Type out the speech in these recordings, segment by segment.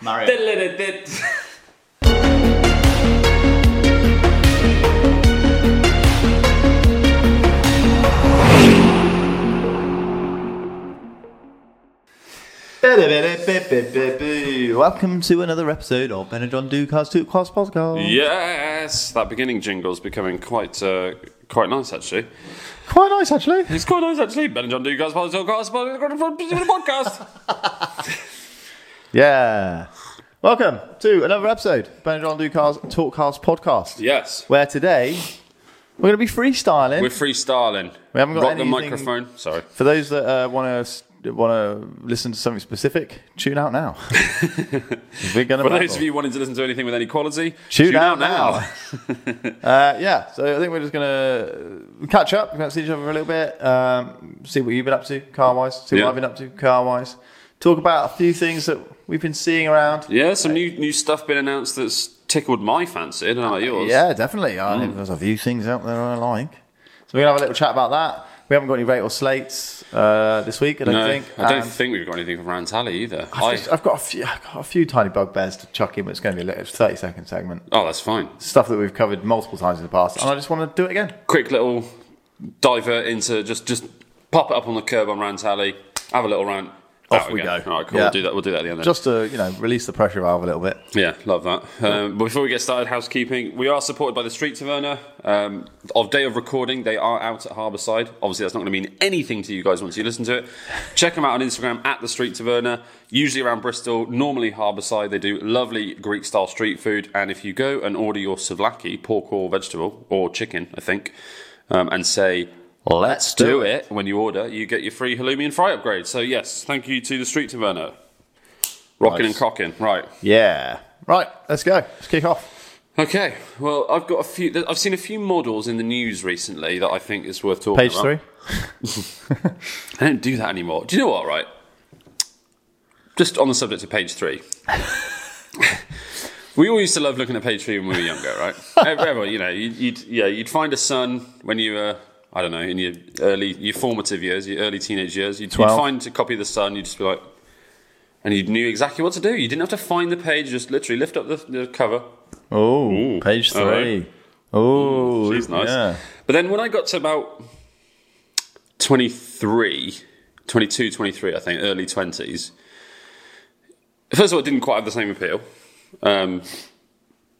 Mario. Diddle-a-da-dit. Welcome to another episode of Ben and John Do Cars Two Cars Podcast. Yes, that beginning jingle's becoming quite uh, quite nice actually. Quite nice, actually. It's quite nice actually. Ben and John do you guys follow the podcast? Follow the podcast. Yeah. Welcome to another episode Ben and John Do Cars Talk Cars Podcast. Yes, Where today we're going to be freestyling. we're freestyling. We haven't got Rock the anything- microphone. Sorry. For those that uh, want to want to listen to something specific, tune out now. we're going For those of to. you wanting to listen to anything with any quality, Tune out now. Uh, yeah, so I think we're just going to catch up, catch each other for a little bit, um, see what you've been up to car wise, see Yeah. what I've been up to car wise, talk about a few things that we've been seeing around. yeah, some new new stuff been announced that's tickled my fancy. I don't know about yours. Uh, Yeah, definitely. I Mm. think there's a few things out there I like. So we're gonna have a little chat about that. We haven't got any rate or slates uh, this week, I don't No, think. um, I don't And think we've got anything from Rantali either. I've, I- just- I've got a few, I've got a few tiny bugbears to chuck in, but it's going to be a little 30 second segment. oh, that's fine. Stuff that we've covered multiple times in the past, and I just want to do it again. quick little divert into just just pop it up on the curb on Rant Alley, have a little rant. Off out we again. go. All right, cool. Yeah. We'll do that. We'll do that at the end. Then. Just to you know release the pressure valve a little bit. yeah, love that. Um, but before we get started, housekeeping. We are supported by the Streets of Erna. Um, of day of recording, they are out at Harbourside. Obviously, that's not going to mean anything to you guys once you listen to it. Check them out on Instagram at the Streets of Erna. Usually around Bristol, normally Harbourside. They do lovely Greek style street food. And if you go and order your souvlaki, pork or vegetable or chicken, I think, um, and say Let's do it. When you order, you get your free halloumi and fry upgrade. So yes, thank you to the Street Taverna. Rocking and Nice. cocking, right? Yeah. Right. Let's go. Let's kick off. Okay. Well, I've got a few. th- I've seen a few models in the news recently that I think is worth talking Page about. three. I don't do that anymore. Do you know what? Right. Just on the subject of page three. we all used to love looking at page three when we were younger, right? Ever, you know, you'd, you'd yeah, you'd find a son when you were. I don't know, in your early, your formative years, your early teenage years, you'd, you'd Twelve. find a copy of the Sun, you'd just be like, and you knew exactly what to do. You didn't have to find the page, you just literally lift up the, the cover, Oh, Ooh, page all right. three. Oh, She's nice. Yeah. But then when I got to about 23, 22, 23, I think, early 20s, first of all, it didn't quite have the same appeal. Um,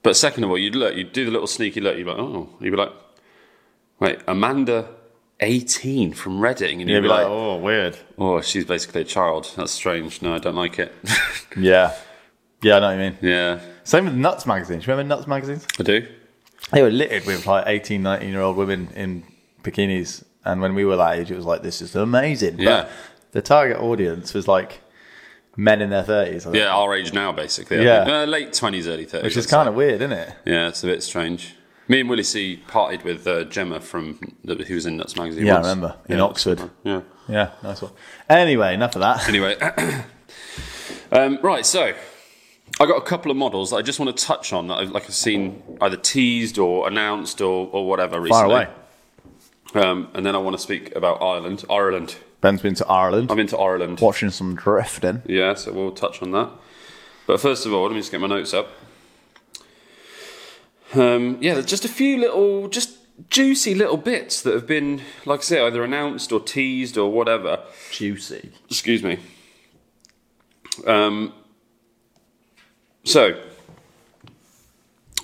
but second of all, you'd look, you'd do the little sneaky look, you'd be like, oh, you'd be like, wait, Amanda 18 from Reading. And you'd You'd be like, oh. oh, weird. she's basically a child. That's strange. No, I don't like it. Yeah. Yeah, I know what you mean. yeah, Same with Nuts magazines. Do you remember Nuts magazines? I do. They were littered with like 18, 19 year old women in bikinis. And when we were that age, it was like, this is amazing. Yeah. But the target audience was like men in their 30s, I think, Yeah, our age now, basically. I Yeah. think. Uh, late 20s, early 30s. which is kind of weird, isn't it? Yeah, it's a bit strange. Me and Willie C partied with uh, Gemma from who was in Nuts magazine. Yeah, I once. remember. In Yeah. Oxford. Yeah. Yeah, nice one. Anyway, enough of that. Anyway, um, right. So I got a couple of models that I just want to touch on that I've like I've seen either teased or announced or, or whatever Fire recently. away. Um, and then I want to speak about Ireland. Ireland. Ben's been to Ireland, I'm into Ireland. watching some drifting. Yeah, so we'll touch on that. But first of all, let me just get my notes up. Um, yeah, there's just a few little, just juicy little bits that have been, like I say, either announced or teased or whatever. Juicy. Excuse me. Um, so,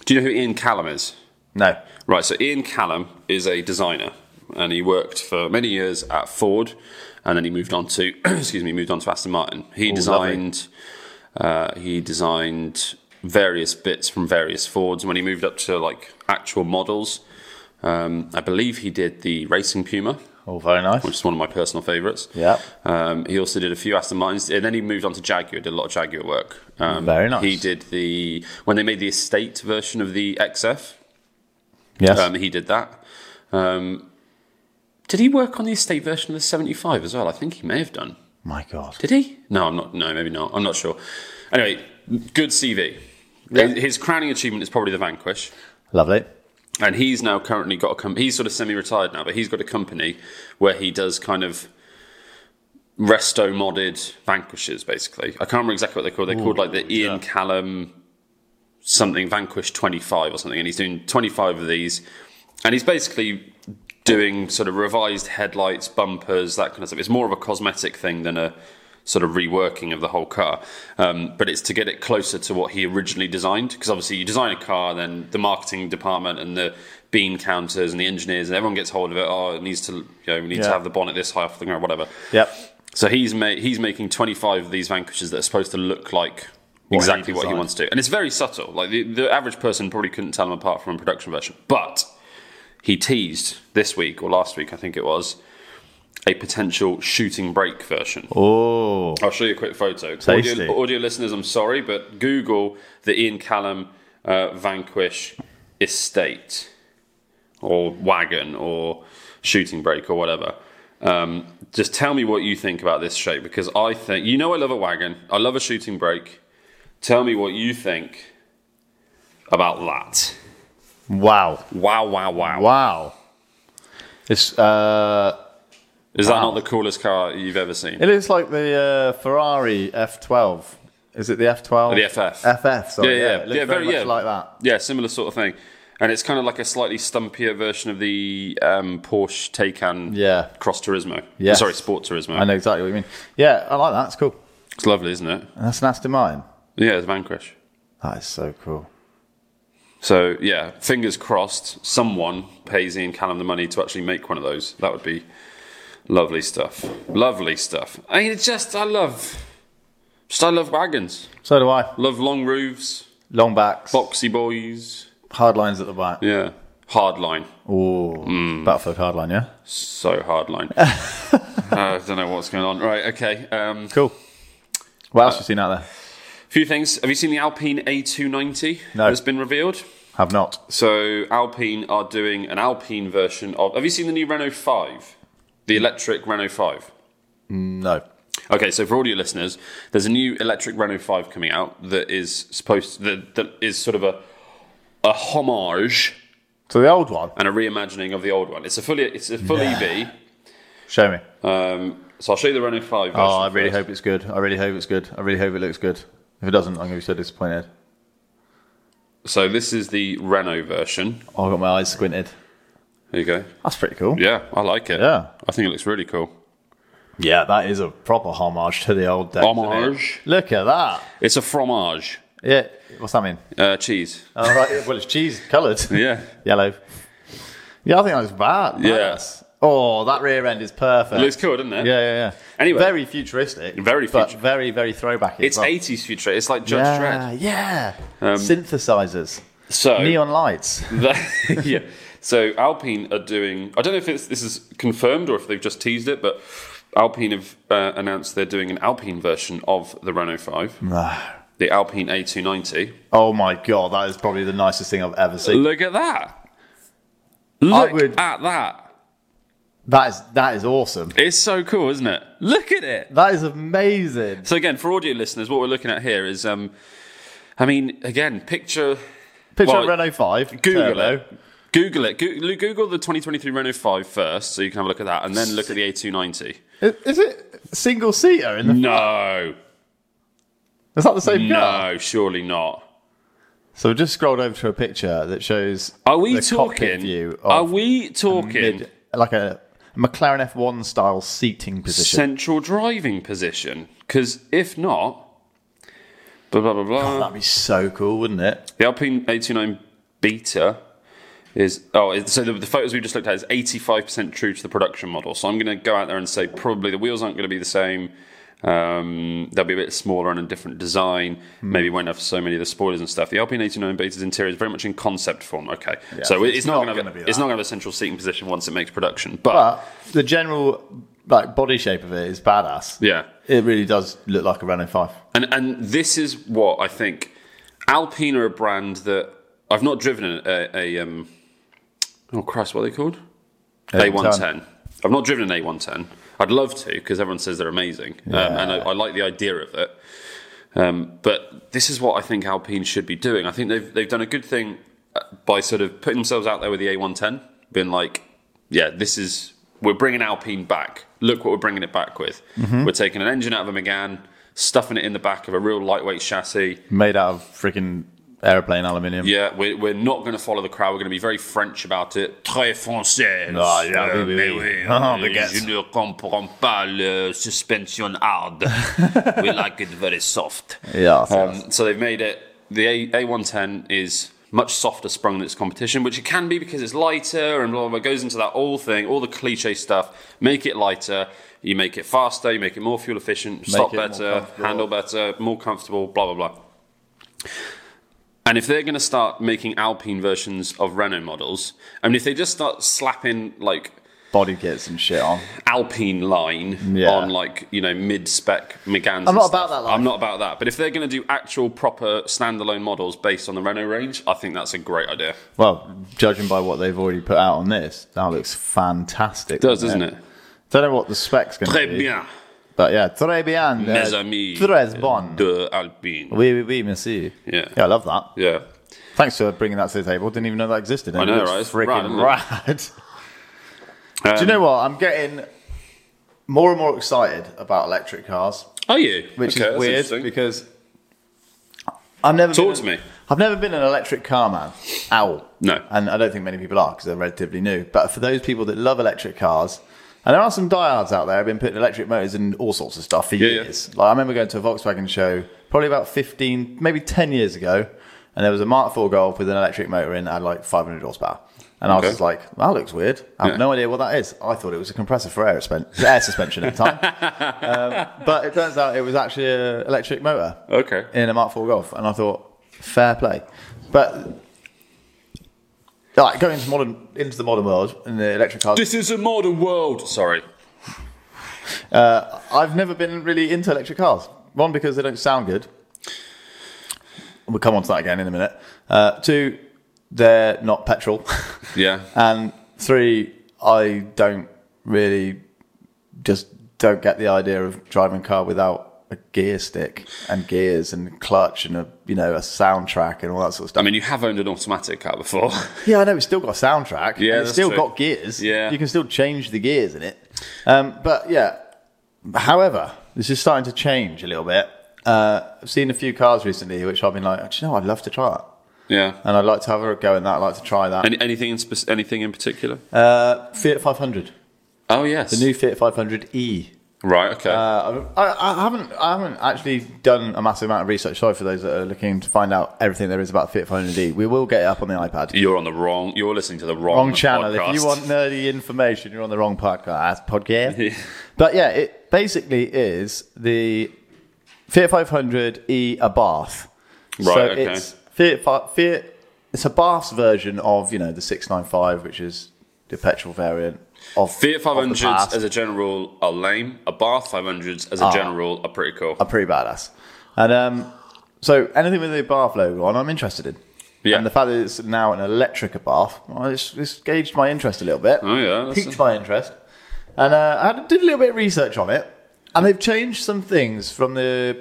do you know who Ian Callum is? No. Right, so Ian Callum is a designer, and he worked for many years at Ford, and then he moved on to excuse me, moved on to Aston Martin. Oh, He designed uh, he designed various bits from various Fords. When he moved up to like actual models, um, I believe he did the racing Puma, Oh, very nice. which is one of my personal favourites. Yeah. Um, he also did a few Aston Martins, and then he moved on to Jaguar. Did a lot of Jaguar work. Um, Very nice. He did the when they made the estate version of the XF. Yes. Um, he did that. Um, did he work on the estate version of the 75 as well? I think he may have done. My God. Did he? No, I'm not. No, maybe not. I'm not sure. Anyway, good CV. His- His crowning achievement is probably the Vanquish, Lovely. and he's now currently got a company. He's sort of semi-retired now, but he's got a company where he does kind of resto modded vanquishes basically i can't remember exactly what they're called they're called like the ian callum something vanquish 25 or something and he's doing 25 of these and he's basically doing sort of revised headlights bumpers that kind of stuff it's more of a cosmetic thing than a sort of reworking of the whole car um, but it's to get it closer to what he originally designed because obviously you design a car then the marketing department and the bean counters and the engineers and everyone gets hold of it oh it needs to you know we need to Yeah. have the bonnet this high off the ground whatever Yep. so he's ma- he's making 25 of these vanquishes that are supposed to look like exactly what he designed. wants to. And it's very subtle. Like the, the average person probably couldn't tell them apart from a production version. But he teased this week or last week, I think it was, a potential shooting brake version. Oh. I'll show you a quick photo. Tasty. Audio, audio listeners, I'm sorry, but Google the Ian Callum uh, Vanquish estate or wagon or shooting brake or whatever. Um, just tell me what you think about this shape because I think you know I love a wagon. I love a shooting brake. Tell me what you think about that. Wow. Wow! Wow! Wow! Wow. It's uh Is that not the coolest car you've ever seen? it is like the uh, Ferrari F12. Is it the F12? Oh, The FF. FF, sorry. Yeah, Yeah, yeah. It looks Yeah, very, very- much yeah. like that. Yeah, similar sort of thing. And it's kind of like a slightly stumpier version of the um, Porsche Taycan Yeah. Cross Turismo. Yes. Sorry, Sport Turismo. I know exactly what you mean. Yeah, I like that. It's cool. It's lovely, isn't it? And that's an Aston Martin. Yeah, it's Vanquish. That is so cool. So, yeah, fingers crossed someone pays Ian Callum the money to actually make one of those. That would be lovely stuff. Lovely stuff. I mean, it's just, I love, just I love wagons. So do I. Love long roofs, Long backs, boxy boys. hard lines at the back. Yeah. Mm. Hard line. Ooh, Battlefield hard line, yeah. So hard line. uh, I don't know what's going on. Right, okay. Um, Cool. What Uh, else have you seen out there? few things. Have you seen the Alpine A290 No. that's been revealed? Have not. So Alpine are doing an Alpine version of. Have you seen the new Renault 5? The electric Renault 5. No. Okay, so for audio listeners, there's a new electric Renault 5 coming out that is supposed that, that is sort of a a homage So the old one. and a reimagining of the old one. It's a fully it's a full EV. Show me. Um, so I'll show you the Renault 5 version. Oh, I really first. hope it's good. I really hope it's good. I really hope it looks good. If it doesn't, I'm going to be so disappointed. So this is the Renault version. Oh, I got my eyes squinted. There you go. That's pretty cool. Yeah, Yeah, I like it. Yeah. I think it looks really cool. that is a proper homage to the old days. isn't it? Homage. Look at that. It's a fromage. Yeah. What's that mean? Uh, cheese. All right. yeah, Well, it's cheese coloured. Yeah. Yellow. Yeah, I think that's bad. Yeah. Nice. Oh, that rear end is perfect. It looks cool, doesn't it? yeah, yeah, yeah. Anyway. very futuristic. Very but futu- very, very throwback. as It's well. 80s future. It's like Judge Yeah, Dredd. yeah. Um, Synthesizers, So, neon lights. the- yeah. So Alpine are doing. I don't know if it's, this is confirmed or if they've just teased it, but Alpine have uh, announced they're doing an Alpine version of the Renault 5, the Alpine A290. oh my god, that is probably the nicest thing I've ever seen. Look at that. Look would- at that. That is that is awesome. It's so cool, isn't it? Look at it. That is amazing. So again, for audio listeners, what we're looking at here is, um, I mean, again, picture, Picture Well, a Renault Five. Google turbo. it, Google it, Google, Google the 2023 Renault 5 first, so you can have a look at that, and then look at the A290. Is, is it single seater? In the, No, is that the same car? no, surely not. So we just scrolled over to a picture that shows Are we the cockpit talking? view of Are we talking mid- like a McLaren F1 style seating position. central driving position? Because if not, blah blah blah blah. That'd be so cool, wouldn't it? The Alpine A29 Beta is oh, it- so the, the photos we just looked at is 85% true to the production model. So I'm going to go out there and say probably the wheels aren't going to be the same. Um, they'll be a bit smaller and a different design. Maybe won't have so many of the spoilers and stuff. The Alpine 89 Beta's interior is very much in concept form. Okay, so it's, it's not, not going to gonna be have, it's that. not going to have a central seating position once it makes production. but But the general like body shape of it is badass. yeah, It really does look like a Renault 5. And and this is what I think. Alpine are a brand that I've not driven a, a, a um. Oh Christ, what are they called? A one ten. I've not driven an A one ten. I'd love to because everyone says they're amazing, um, and I, I like the idea of it. Um, but this is what I think Alpine should be doing. I think they've they've done a good thing uh, by sort of putting themselves out there with the A110, being like, yeah, this is we're bringing Alpine back. Look what we're bringing it back with. We're taking an engine out of a Megane, stuffing it in the back of a real lightweight chassis. Made out of freaking aeroplane aluminium. Yeah, we're, we're not going to follow the crowd. We're going to be very French about it. Très français. Ah, yeah, oui, oui, mais oui. oui, Ah, euh, baguette. je ne comprends pas le suspension hard. we like it very soft. Yeah. so Um, so they've made it. The A- A110 is much softer sprung than its competition, which it can be because it's lighter and blah, blah, blah. It goes into that all thing, all the cliche stuff. Make it lighter, you make it faster, you make it more fuel efficient, stop it more better, comfortable. handle better, more comfortable, blah, blah, blah. And if they're going to start making Alpine versions of Renault models, I mean, if they just start slapping like body kits and shit on. Alpine line Yeah. on like you know mid spec Megans. I'm not about that line. I'm not about that. But if they're going to do actual proper standalone models based on the Renault range, I think that's a great idea. Well, judging by what they've already put out on this, that looks fantastic. Does doesn't it? Don't know what the specs going Très to be. bien, But yeah, très bien. mes uh, amis Très bon. de Alpine. Oui, oui, oui, merci. Yeah. Yeah, I love that. Yeah, Thanks for bringing that to the table. Didn't even know that existed. I know, right? It's It's rad, freaking isn't it? rad. Do Um, you know what? I'm getting more and more excited about electric cars, are you? which Okay, that's is interesting. weird because I've never Talk been, to me. I've never been an electric car man. Ow. No. And I don't think many people are because they're relatively new. But for those people that love electric cars, and there are some diehards out there who've been putting electric motors in all sorts of stuff for yeah. years. Like I remember going to a Volkswagen show probably about 15, maybe 10 years ago, and there was a Mark IV Golf with an electric motor in that had like 500 horsepower. And I was Okay. just like, that looks weird. I have Yeah. no idea what that is. I thought it was a compressor for air, suspen- air suspension at the time. um, but it turns out it was actually an electric motor Okay. in a Mark IV Golf, and I thought, fair play. But like going into modern into the modern world in the electric cars, This is a modern world. Sorry. I've never been really into electric cars. One because they don't sound good. We'll come on to that again in a minute. Uh, two, they're not petrol, Yeah. and three, I don't really just don't get the idea of driving a car without a gear stick and gears and clutch and a you know a soundtrack and all that sort of stuff. I mean, you have owned an automatic car before. Yeah, I know. It's still got a soundtrack. Yeah, and that's it's still true. got gears. Yeah. you can still change the gears in it. Um, but yeah, however, this is starting to change a little bit. Uh, I've seen a few cars recently which I've been like, do you know, I'd love to try that, yeah. and I'd like to have a go in that. I'd like to try that. Any, anything in spec- anything in particular? Uh, Fiat 500, oh yes. new Fiat 500e. right. Okay. Uh, I, I haven't, I haven't actually done a massive amount of research. Sorry for those that are looking to find out everything there is about Fiat 500e. We will get it up on the iPad. You're on the wrong. You're listening to the wrong, wrong channel. If podcast. you want nerdy information, you're on the wrong podcast. Podcast. but yeah, it basically is the Fiat 500 E a bath. Right, So okay. it's Fiat, fi- Fiat. It's a bath's version of you know the 695, which is the petrol variant of Fiat of the past. 500s as a general rule are lame. A Bath 500s Ah. as a general rule are pretty cool. are pretty badass. And um, so anything with the bath logo on, I'm interested in. Yeah. And the fact that it's now an electric bath, well, it's, it's gauged my interest a little bit. Oh, yeah, that's Piqued my interest. And uh, I had- did a little bit of research on it. And they've changed some things from the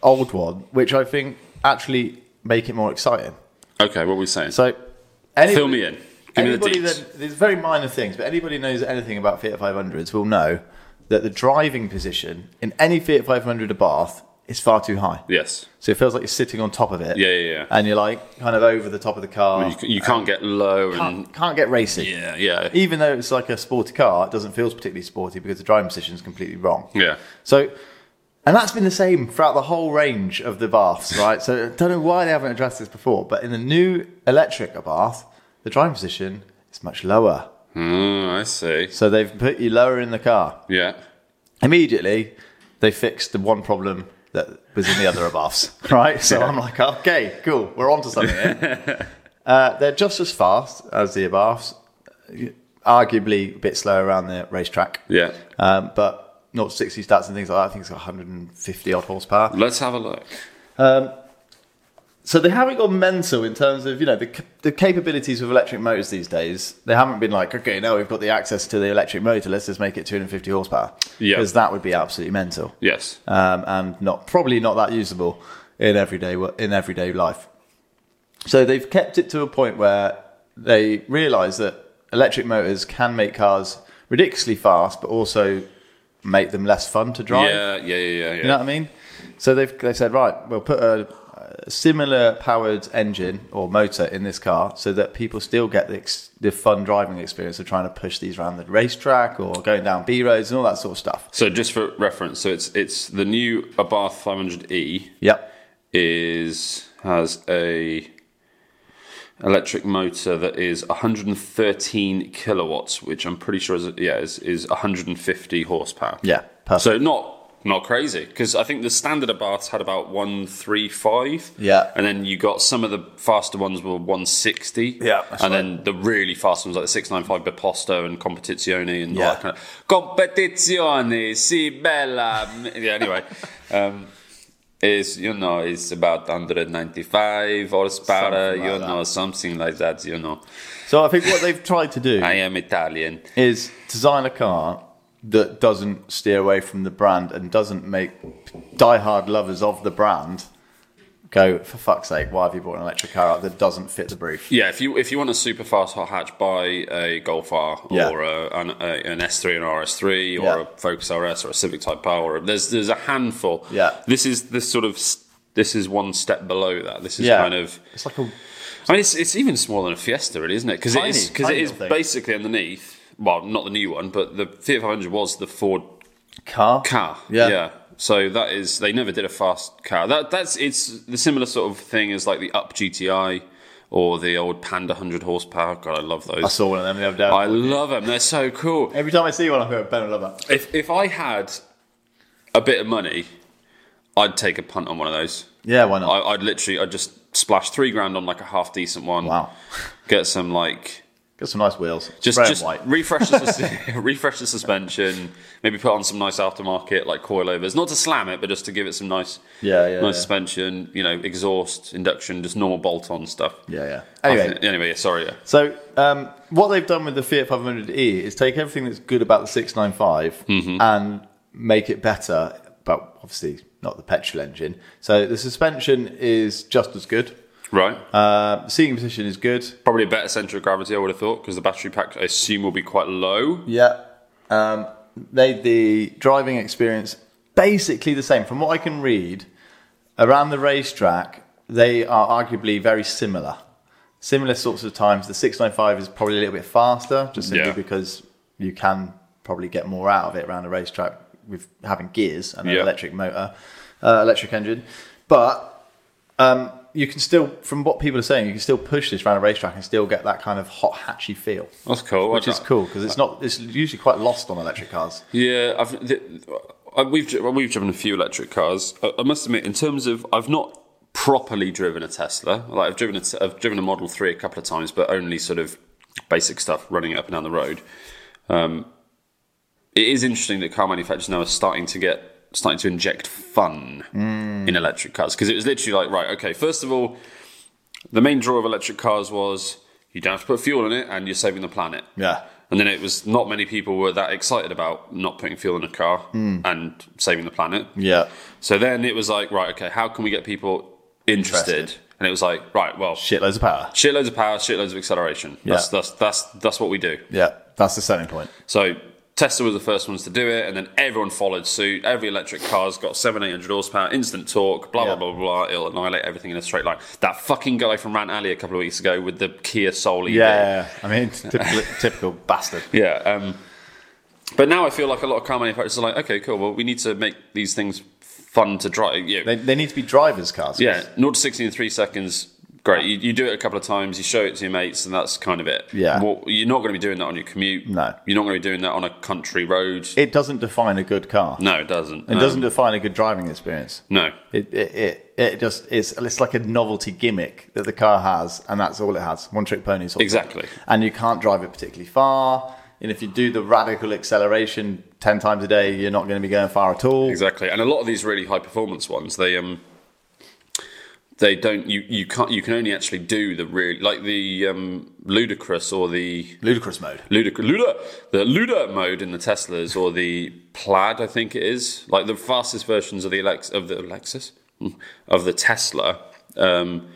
old one, which I think actually make it more exciting. Okay, what were we saying? So, any, Fill me in. Give me the anybody deets. that there's very minor things, but anybody who knows anything about Fiat 500s will know that the driving position in any Fiat 500 a bath is far too high. yes. So it feels like you're sitting on top of it. Yeah, yeah, yeah. And you're like kind of over the top of the car. You, c- you can't get low and Ah. can't, E- can't get racing. yeah, yeah, Even though it's like a sporty car, it doesn't feel particularly sporty because the driving position is completely wrong. yeah. So, and that's been the same throughout the whole range of the baths, right? so I don't know why they haven't addressed this before, but in the new electric bath, the driving position is much lower. Mm, I see. So they've put you lower in the car. Yeah. immediately they fixed the one problem that was in the other abouts, right? So I'm like, okay, cool, we're on to something here. uh, they're just as fast as the abouts, arguably a bit slower around the racetrack. Yeah. Um, but not 60 stats and things like that. I think it's got 150 odd horsepower. Let's have a look. So they haven't gone mental in terms of, you know, the, c- the capabilities of electric motors these days. They haven't been like, okay, now we've got the access to the electric motor, let's just make it 250 horsepower. Yeah. Because that would be absolutely mental. Yes. um, and not probably not that usable in everyday wo- in everyday life. So they've kept it to a point where they realise that electric motors can make cars ridiculously fast, but also make them less fun to drive. Yeah, yeah, yeah, yeah. yeah. You know what I mean? So they've they said right, we'll put a, a similar powered engine or motor in this car so that people still get the, ex- the fun driving experience of trying to push these around the racetrack or going down B roads and all that sort of stuff. So just for reference, so it's it's the new Abarth 500e Yep. is has a electric motor that is 113 kilowatts, which I'm pretty sure is yeah is, is 150 horsepower. Yeah. Perfect. So not not crazy because I think the standard Abarths had about 135. Yeah. And then you got some of the faster ones were 160. Yeah, And that's right. then the really fast ones like the 695 Beposto and Competizione and all Yeah. that kind of Competizione, si bella. yeah. Anyway. um, is you know it's about 195 horsepower Something you like know something like that you know So I think what they've tried to do i am italian is design a car that doesn't steer away from the brand and doesn't make diehard lovers of the brand go for fuck's sake. Why have you bought an electric car out that doesn't fit the brief? Yeah, if you if you want a super fast hot hatch, buy a Golf R or Yeah. a, an, a, an S3 and RS3 or Yeah. a Focus RS or a Civic Type R. Or there's there's a handful. Yeah. this is this sort of s- this is one step below that. This is Yeah. kind of It's like a I mean it's, it's even smaller than a Fiesta, really, isn't it? Because it Tiny, is because it tiny is little thing. basically underneath. Well, not the new one, but the Fiat 500 was the Ford car. car. Yeah. So that is they never did a fast car. That that's it's the similar sort of thing as like the Up GTI or the old Panda 100 horsepower. God, I love I those. saw one of them the other day. I love them. They're so cool. Every time I see one, I go, Ben, I love that. If if I had a bit of money, I'd take a punt on one of those. Yeah, why not? I, I'd literally I'd just splash three grand on like a half decent one. wow. Get some like Got some nice wheels. just Red just and white. refresh the sus- refresh the suspension. Maybe put on some nice aftermarket like coilovers, not to slam it, but just to give it some nice Yeah, yeah, nice yeah. suspension. You know, exhaust, induction, just normal bolt on stuff. Yeah, yeah. I Anyway, think- anyway, yeah, sorry. Yeah. So um, what they've done with the Fiat 500e is take everything that's good about the 695 and make it better, but obviously not the petrol engine. So the suspension is just as good. Right. Uh, seating position is good. Probably a better center of gravity, I would have thought, because the battery pack, I assume, will be quite low. Yeah. Um, they the driving experience basically the same. From what I can read, around the racetrack, they are arguably very similar. Similar sorts of times. The 695 is probably a little bit faster, just simply Yeah. because you can probably get more out of it around the racetrack with having gears and an Yeah. electric motor, uh, electric engine. But um, you can still, from what people are saying, you can still push this around a racetrack and still get that kind of hot hatchy feel That's cool. which I- is cool because it's not it's usually quite lost on electric cars Yeah, I've, th I, we've dri- we've driven a few electric cars. I, I must admit, in terms of, I've not properly driven a Tesla. Like I've driven a, Te- I've driven a Model Three a couple of times, but only sort of basic stuff, running it up and down the road. Um, it is interesting that car manufacturers now are starting to get starting to inject fun in electric cars because it was literally like, right, okay, first of all, the main draw of electric cars was you don't have to put fuel in it and you're saving the planet. yeah And then it was not many people were that excited about not putting fuel in a car and saving the planet. Hmm. yeah So then it was like, right, okay, how can we get people interested? Interested. And it was like, right, well, shitloads of power shitloads of power, shitloads of acceleration. That's, Yeah. that's, that's, that's what we do. yeah that's the selling point So Tesla was the first ones to do it, and then everyone followed suit. Every electric car's got seven, eight hundred horsepower, instant torque, blah blah Yeah. blah blah. It'll annihilate everything in a straight line. That fucking guy from Rant Alley a couple of weeks ago with the Kia Soul E EV. yeah, i mean typical, typical bastard Yeah. Um, but now I feel like a lot of car manufacturers are like, okay, cool. Well, we need to make these things fun to drive. Yeah. they, they need to be drivers cars yeah. 0 to 60 in three seconds. Great. You, you do it a couple of times, you show it to your mates, and that's kind of it. Yeah. Well, you're not going to be doing that on your commute. No. You're not going to be doing that on a country road. it doesn't define a good car no, it doesn't. it doesn't define a good driving experience No. it, it, it, it just is it's like a novelty gimmick that the car has and that's all it has one trick pony sort of Exactly. and you can't drive it particularly far and if you do the radical acceleration 10 times a day you're not going to be going far at all Exactly, and a lot of these really high performance ones, they um, they don't you you can't you can only actually do the real like the um, ludicrous or the ludicrous mode Luda, Luda, the Luda mode in the Teslas or the Plaid, I think it is, like the fastest versions of the Alex, of the Lexus, Mm. of the Tesla, um,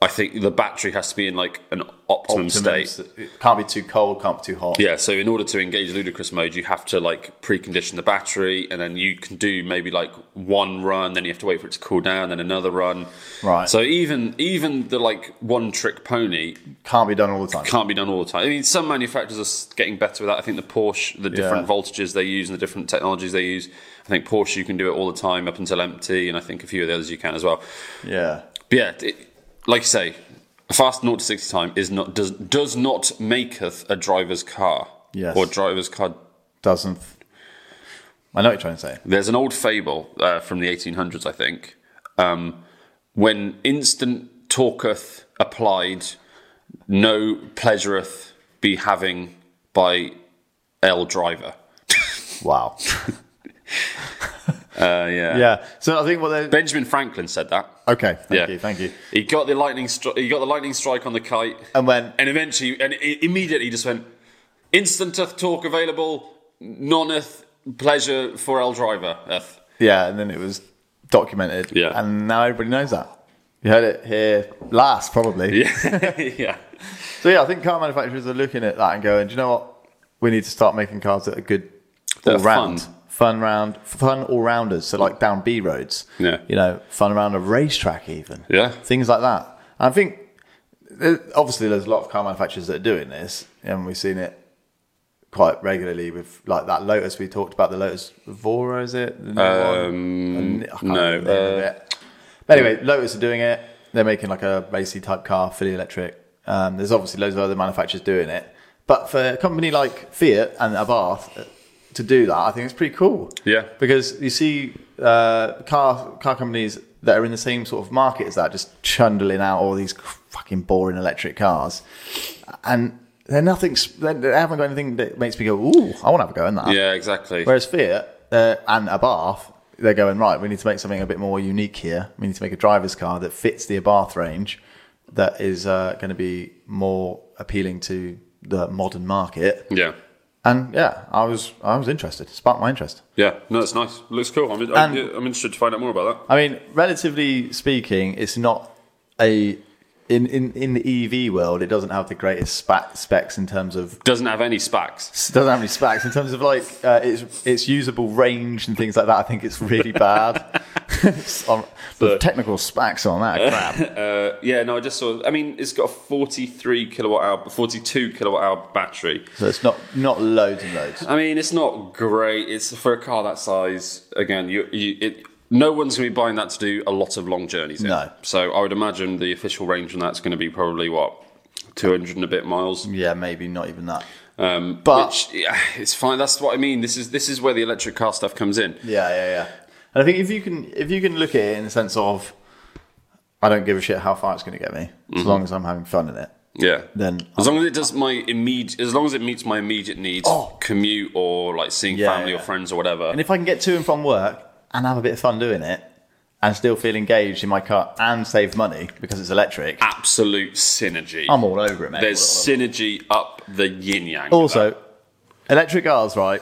I think the battery has to be in like an optimum, state. It can't be too cold, can't be too hot. Yeah, so in order to engage ludicrous mode, you have to like precondition the battery, and then you can do maybe like one run, then you have to wait for it to cool down, then another run. Right. So even even the like one trick pony Can't be done all the time. can't be done all the time. I mean, some manufacturers are s- getting better with that. I think the Porsche, the different Yeah. voltages they use and the different technologies they use. I think Porsche you can do it all the time up until empty, and I think a few of the others you can as well. Yeah. But yeah, it, like you say, a fast 0 to 60 time is not does does not maketh a driver's car. Yes. Or driver's car. Doesn't. I know what you're trying to say. There's an old fable uh, from the 1800s, I think. Um, when instant talketh applied, no pleasureth be having by L driver. Wow. Uh, yeah. yeah. So I think what they. Benjamin Franklin said that. Okay. Thank Yeah. you. Thank you. He got the lightning. Stri- he got the lightning strike on the kite. And when and eventually, and i immediately just went, instanteth talk available, noneth pleasure for L driver. eth." Yeah, and then it was documented. Yeah. And now everybody knows that. You heard it here last, probably. Yeah, yeah, So, yeah, I think car manufacturers are looking at that and going, do you know what? We need to start making cars that are good That are all round. fun. Fun round, fun all rounders. So, like down B roads. Yeah. You know, fun around a racetrack, even. Yeah. Things like that. I think, there- obviously, there's a lot of car manufacturers that are doing this, and we've seen it quite regularly with like that Lotus we talked about, the Lotus Vora, is it? The new Um, one? I can't Mm, no, uh, remember the name of it. But anyway, Lotus are doing it. They're making like a racy type car, fully electric. Um, there's obviously loads of other manufacturers doing it. But for a company like Fiat and Abarth uh, to do that, I think it's pretty cool. Yeah. Because you see uh, car car companies that are in the same sort of market as that, just chundling out all these cr- fucking boring electric cars. And they're nothing, s- they they haven't got anything that makes me go, ooh, I want to have a go in that. yeah, exactly. Whereas Fiat uh, and Abarth, they're going right. We need to make something a bit more unique here. We need to make a driver's car that fits the Abarth range, that is uh, going to be more appealing to the modern market. Yeah, And yeah, I was I was interested. Sparked my interest. yeah. No, it's nice. Looks cool. I'm, I'm, I'm interested to find out more about I mean, relatively speaking, it's not a in in in the EV world. It doesn't have the greatest spa- specs in terms of that. Doesn't have any spacs. It doesn't have any specs in terms of like uh, its its usable range and things like that. I think it's really bad. It's on- the technical specs on that crap. Uh, yeah, no, I just saw. I mean, it's got a 43 kilowatt hour, 42 kilowatt hour battery. So it's not not loads and loads. I mean, it's not great. It's for a car that size. Again, you, you it, no one's going to be buying that to do a lot of long journeys. in. No. So I would imagine the official range on that's going to be probably what. 200 and a bit miles Yeah, maybe not even that. um, But- which, yeah, it's fine that's what i mean this is this is where the electric car stuff comes in Yeah, yeah, yeah. And I think if you can if you can look at it in the sense of I don't give a shit how far it's going to get me, as Mm-hmm. long as I'm having fun in it. yeah Then as long as it does my immediate as long as it meets my immediate needs Oh. commute or like seeing Yeah, family yeah. or friends or whatever And if I can get to and from work and have a bit of fun doing it, and still feel engaged in my car and save money because it's electric, absolute synergy I'm all over it, mate. Ah. there's All over it. synergy up the yin yang Also, electric cars, right?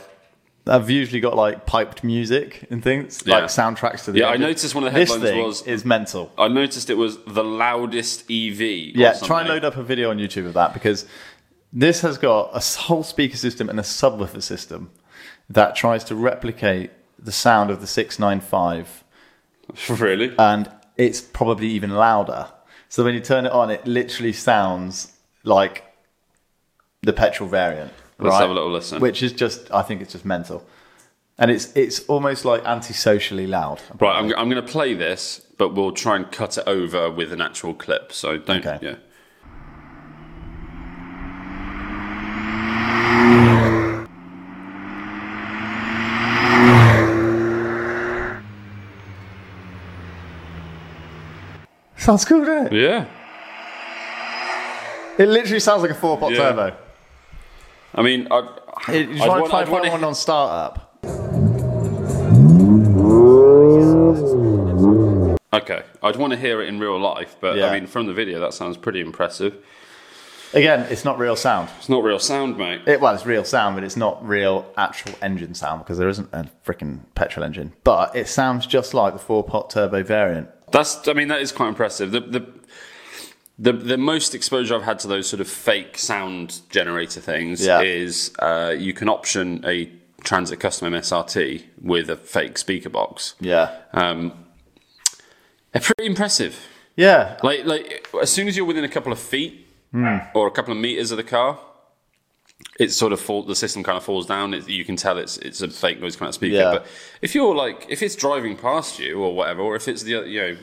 I've usually got like piped music and things, Yeah. like soundtracks to the. Yeah, I engine. noticed one of the This headlines thing was- is mental. I noticed it was the loudest E EV. Yeah, try and load up a video on YouTube of that because this has got a s- whole speaker system and a subwoofer system that tries to replicate the sound of the 695, Really? and it's probably even louder. So when you turn it on, it literally sounds like the petrol variant. Let's right? have a little listen. which is just I think it's just mental, and it's it's almost like antisocially loud. Right, I'm, I'm going to play this, but we'll try and cut it over with an actual clip. So don't. Okay. Yeah. Sounds cool, doesn't it? Yeah. It literally sounds like a four pot Yeah. turbo. I mean, I'd, It, you I'd try want- and find I'd want to- one on startup. okay, I'd want to hear it in real life, but Yeah. I mean, from the video, that sounds pretty impressive. Again, it's not real sound. It's not real sound, mate. It, well, it's real sound, but it's not real actual engine sound because there isn't a freaking petrol engine. But it sounds just like the four pot turbo variant. That's. I mean, that is quite impressive. The the the the most exposure I've had to those sort of fake sound generator things Yeah. is uh, you can option a Transit Custom MSRT with a fake speaker box. Yeah. Um, they're pretty impressive. Yeah. Like like as soon as you're within a couple of feet or a couple of meters of the car, it sort of fall, the system kind of falls down. It, you can tell it's it's a fake noise coming out of the speaker. Yeah. But if you're like if it's driving past you or whatever, or if it's the other- you know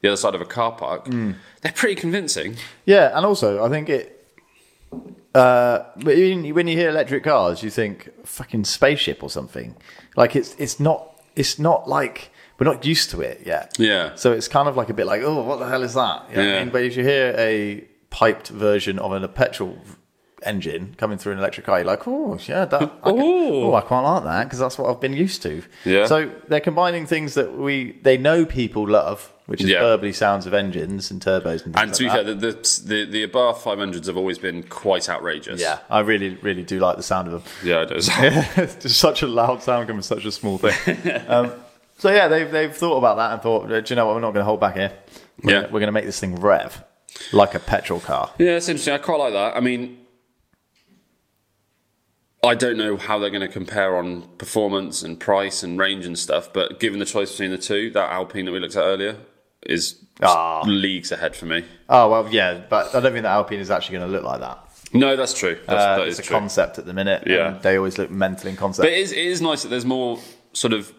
the other side of a car park, they're pretty convincing. Yeah, and also I think it. Uh, but even when you hear electric cars, you think fucking spaceship or something. Like it's it's not it's not like we're not used to it yet. Yeah. So it's kind of like a bit like oh, what the hell is that? You know what I Yeah. mean? But if you hear a piped version of an- a petrol engine coming through an electric car, you're like oh yeah, that I can- Ooh. oh I quite like that because that's what I've been used to. Yeah. So they're combining things that we they know people love, which is Yeah. burbly sounds of engines and turbos and things And like to be that. fair, the the, the the Abarth 500s have always been quite outrageous. Yeah, I really, really do like the sound of them. yeah, it is. yeah, it's just such a loud sound coming from such a small thing. um, so yeah, they've they've thought about that and thought, do you know what? We're not going to hold back here. We're Yeah. gonna, we're going to make this thing rev like a petrol car. it's interesting. I quite like that. I mean, I don't know how they're going to compare on performance and price and range and stuff, but given the choice between the two, that Alpine that we looked at earlier is Ah. leagues ahead for me. Oh well, yeah, but I don't think the Alpine is actually going to look like that. No, that's true. That's, Uh, that it's is a true. concept at the minute. Yeah. and they always look mental in concept. But it is, it is nice that there's more sort of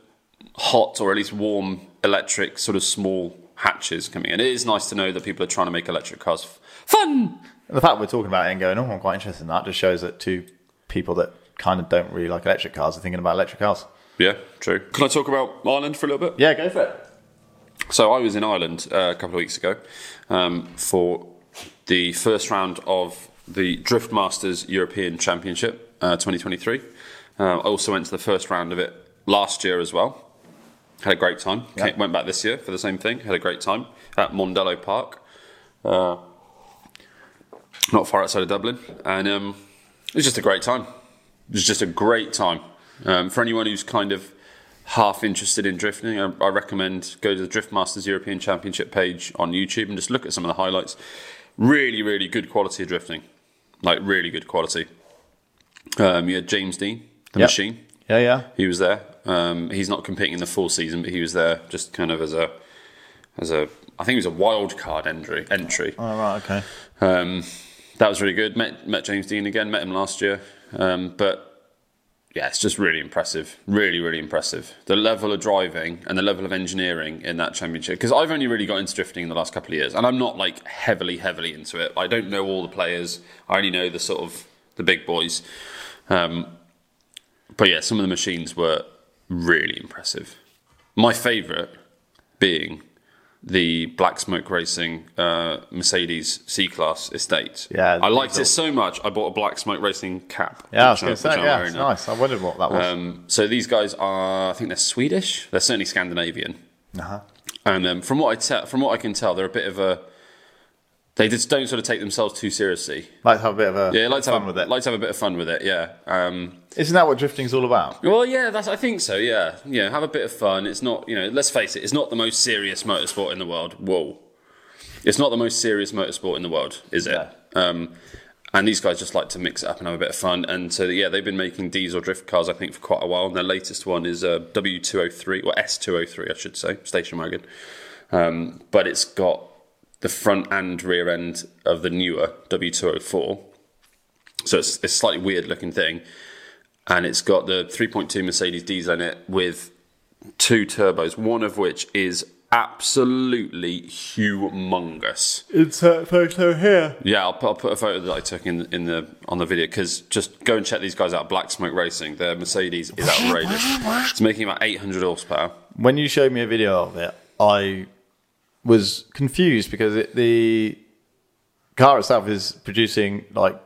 hot or at least warm electric sort of small hatches coming in. It is nice to know that people are trying to make electric cars f- fun. And the fact we're talking about it and going, oh, I'm quite interested in that, just shows that two people that kind of don't really like electric cars are thinking about electric cars. Yeah, true. Can I talk about Ireland for a little bit? Yeah, go for it. So I was in Ireland uh, a couple of weeks ago um, for the first round of the Drift Masters European Championship uh, 2023. Uh, I also went to the first round of it last year as well. Had a great time. Yeah. Ca- went back this year for the same thing. Had a great time at Mondello Park, uh, not far outside of Dublin, and um, it was just a great time. It was just a great time um, for anyone who's kind of half interested in drifting. I, I recommend go to the Drift Masters European Championship page on YouTube and just look at some of the highlights. Really, really good quality of drifting, like really good quality. Um, you had James Dean, the Yep. machine. Yeah, yeah. He was there. Um, he's not competing in the full season, but he was there just kind of as a as a I think it was a wild card entry. Entry. All right, okay. Um, that was really good. Met met James Dean again. Met him last year. Um, but yeah, it's just really impressive. Really, really impressive. The level of driving and the level of engineering in that championship. Because I've only really got into drifting in the last couple of years, and I'm not like heavily, heavily into it. I don't know all the players. I only know the sort of the big boys. Um, but yeah, some of the machines were really impressive. My favourite being the Black Smoke Racing uh, Mercedes C Class estate. Yeah, I liked it so much. I bought a Black Smoke Racing cap. Yeah, I which was uh, going to which say, I'm yeah, wearing it's now. nice. I wondered what that was. Um, so these guys are, I think they're Swedish. They're certainly Scandinavian. uh-huh. And um, from what I te- from what I can tell, they're a bit of a. They just don't sort of take themselves too seriously. Like to have a bit of a Yeah, like to fun have, with it. Like to have a bit of fun with it. Yeah. Um, Isn't that what drifting's all about? Well, yeah, that's. I think so. Yeah, yeah. Have a bit of fun. It's not, you know. Let's face it. It's not the most serious motorsport in the world. Whoa, it's not the most serious motorsport in the world, is it? Um, and these guys just like to mix it up and have a bit of fun. And so, yeah, they've been making diesel drift cars, I think, for quite a while. And their latest one is uh, W203 or S203, I should say, station wagon. Um, but it's got the front and rear end of the newer W204. So it's, it's a slightly weird looking thing and it's got the 3.2 Mercedes diesel in it with two turbos, one of which is absolutely humongous. Insert photo here. Yeah, I'll put, I'll put a photo that I took in in the on the video because just go and check these guys out. Black Smoke Racing, their Mercedes is outrageous. It's making about 800 horsepower. When you showed me a video of it, I was confused because it, the car itself is producing like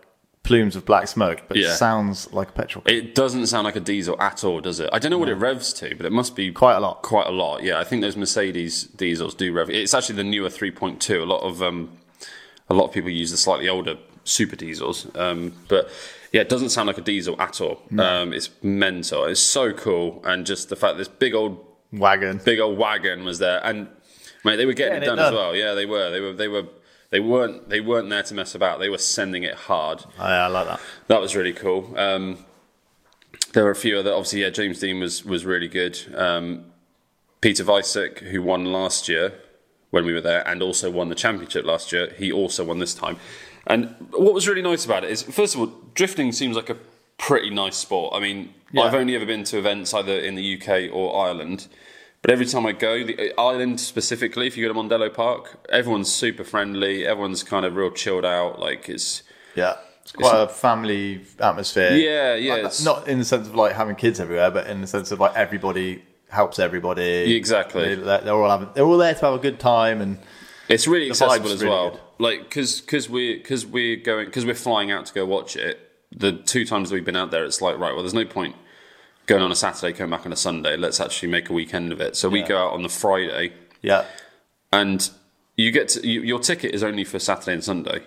plumes of black smoke, but Yeah. it sounds like a petrol car. It doesn't sound like a diesel at all, does it? I don't know what it revs to, but it must be Quite a lot. Quite a lot, yeah. I think those Mercedes diesels do rev. It's actually the newer 3.2. A lot of um, a lot of people use the slightly older super diesels, um, but yeah, it doesn't sound like a diesel at all. Um, it's mental. It's so cool, and just the fact this big old Wagon. big old wagon was there, and mate, they were getting Getting it it done, as done. well. Yeah, they were. They were. They were. They weren't they weren't there to mess about. They were sending it hard. Oh, yeah, I like that. That was really cool. Um, there were a few other. Obviously, yeah, James Dean was was really good. Um, Peter Vysick, who won last year when we were there, and also won the championship last year. He also won this time. And what was really nice about it is, first of all, drifting seems like a pretty nice sport. I mean, Yeah. I've only ever been to events either in the UK or Ireland. But every time I go, the uh, Ireland specifically, if you go to Mondello Park, everyone's super friendly. Everyone's kind of real chilled out. Like it's Yeah. It's quite a family atmosphere. Yeah, yeah, Like, it's- not in the sense of like having kids everywhere, but in the sense of like everybody helps everybody. Exactly. They, they're all having, they're all there to have a good time, and It's really accessible vibe's as really well. good. Like because because we because we're going because we're flying out to go watch it. The two times we've been out there, it's like right. Well, there's no point going on a Saturday, coming back on a Sunday. Let's actually make a weekend of it. So we Yeah. go out on the Friday, yeah, and you get to, you, your ticket is only for Saturday and Sunday.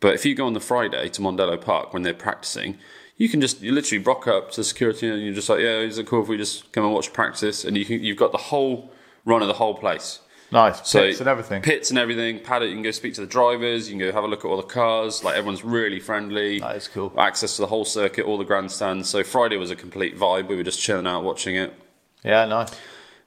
But if you go on the Friday to Mondello Park when they're practicing, you can just you literally rock up to security and you're just like, yeah, is it cool if we just come and watch practice? And you can, you've got the whole run of the whole place. nice So pits and everything. Pits and everything. Paddock. You can go speak to the drivers. You can go have a look at all the cars. Like everyone's really friendly. That is cool. Access to the whole circuit, all the grandstands. So Friday was a complete vibe. We were just chilling out, watching it. Yeah, nice.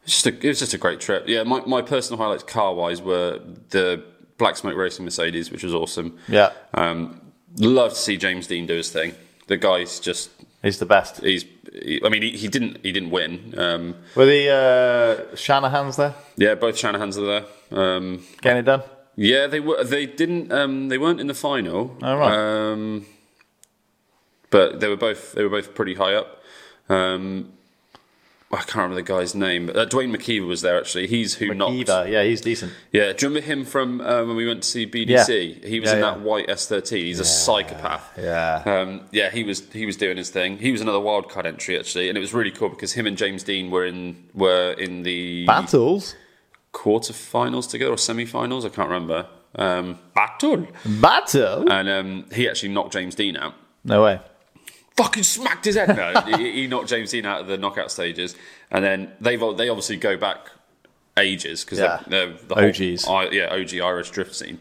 It's just a, it was just a great trip. Yeah, my, my personal highlights car wise were the Black Smoke Racing Mercedes, which was awesome. Yeah, Um, love to see James Dean do his thing. The guy's just he's the best. he's. He, I mean, he, he didn't he didn't win. Um, Were the uh, Shanahan's there yeah, both Shanahan's are there. Um, getting it done? Yeah, they were. They didn't. Um, they weren't in the final. Oh, right. Um, but they were both. They were both pretty high up. Um, I can't remember the guy's name, but uh, Dwayne McKeever was there actually. He's who knocked. Eva, yeah, he's decent. Yeah, do you remember him from uh, when we went to see BDC? Yeah. He was Yeah, in yeah. that white S13. He's a psychopath. Yeah. Um, yeah, he was he was doing his thing. He was another wildcard entry actually, and it was really cool because him and James Dean were in were in the Battles, quarterfinals together or semi-finals. I can't remember. Um, battle. battle. And um, he actually knocked James Dean out. No way. Fucking smacked his head. No, he, he knocked James Dean out of the knockout stages, and then they've al- they obviously go back ages because Yeah. they're, they're the whole OGs. I, yeah OG Irish drift scene.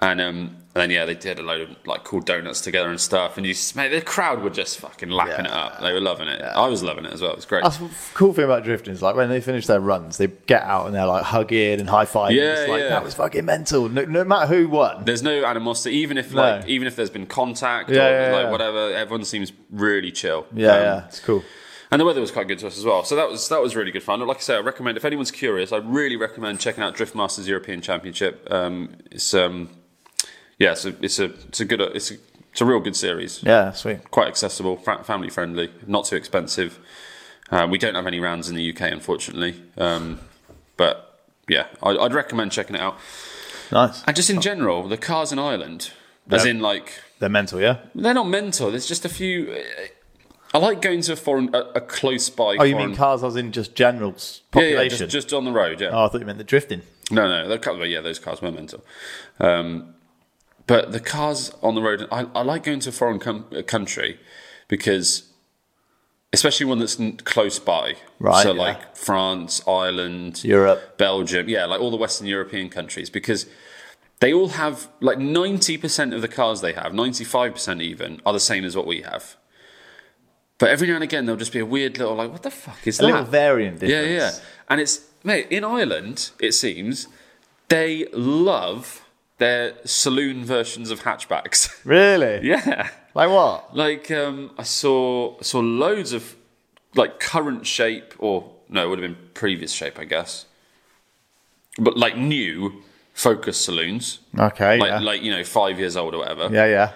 And um, and then yeah, they did a load of like cool donuts together and stuff. And you, s- mate, the crowd were just fucking lapping it Yeah. up. They were loving it. I was loving it as well. It was great. That's the cool thing about drifting is like when they finish their runs, they get out and they're like hugging and high fiving. Yeah, it's like yeah. that was fucking mental. No, no matter who won, There's no animosity, even if No. like even if there's been contact Yeah, or yeah, like yeah. whatever. Everyone seems really chill. Yeah, Um, yeah, it's cool. And the weather was quite good to us as well. So that was that was really good fun. Like I say, I recommend if anyone's curious, I really recommend checking out Drift Masters European Championship. Um, it's um, yeah, it's a it's a it's a good uh, it's a, it's a real good series. Yeah, sweet. Quite accessible, fa- family friendly, not too expensive. Uh, we don't have any rounds in the UK, unfortunately. Um, but yeah, I, I'd recommend checking it out. Nice. And just in general, the cars in Ireland, as Yeah. in like They're mental, yeah? they're not mental. There's just a few. I like going to a foreign, a, a close by. Oh, you mean cars as in just general s- population? Yeah, yeah just, just on the road. Yeah. oh, I thought you meant the drifting. No, no, the car, yeah, those cars were mental. Um, but the cars on the road, I, I like going to a foreign com- uh, country because, especially one that's n- close by. Right, So yeah. like France, Ireland, Europe. Belgium, yeah, like all the Western European countries because. They all have like ninety percent of the cars they have, ninety-five percent even, are the same as what we have. But every now and again, there'll just be a weird little like, "What the fuck is A that?" little variant Yeah, difference. yeah. And it's mate, in Ireland, it seems, they love their saloon versions of hatchbacks. Really? yeah. Like what? Like um I saw I saw loads of like current shape or no, it would have been previous shape, I guess. But like new focus saloons. Okay, Like yeah. like, you know, five years old or whatever yeah, yeah.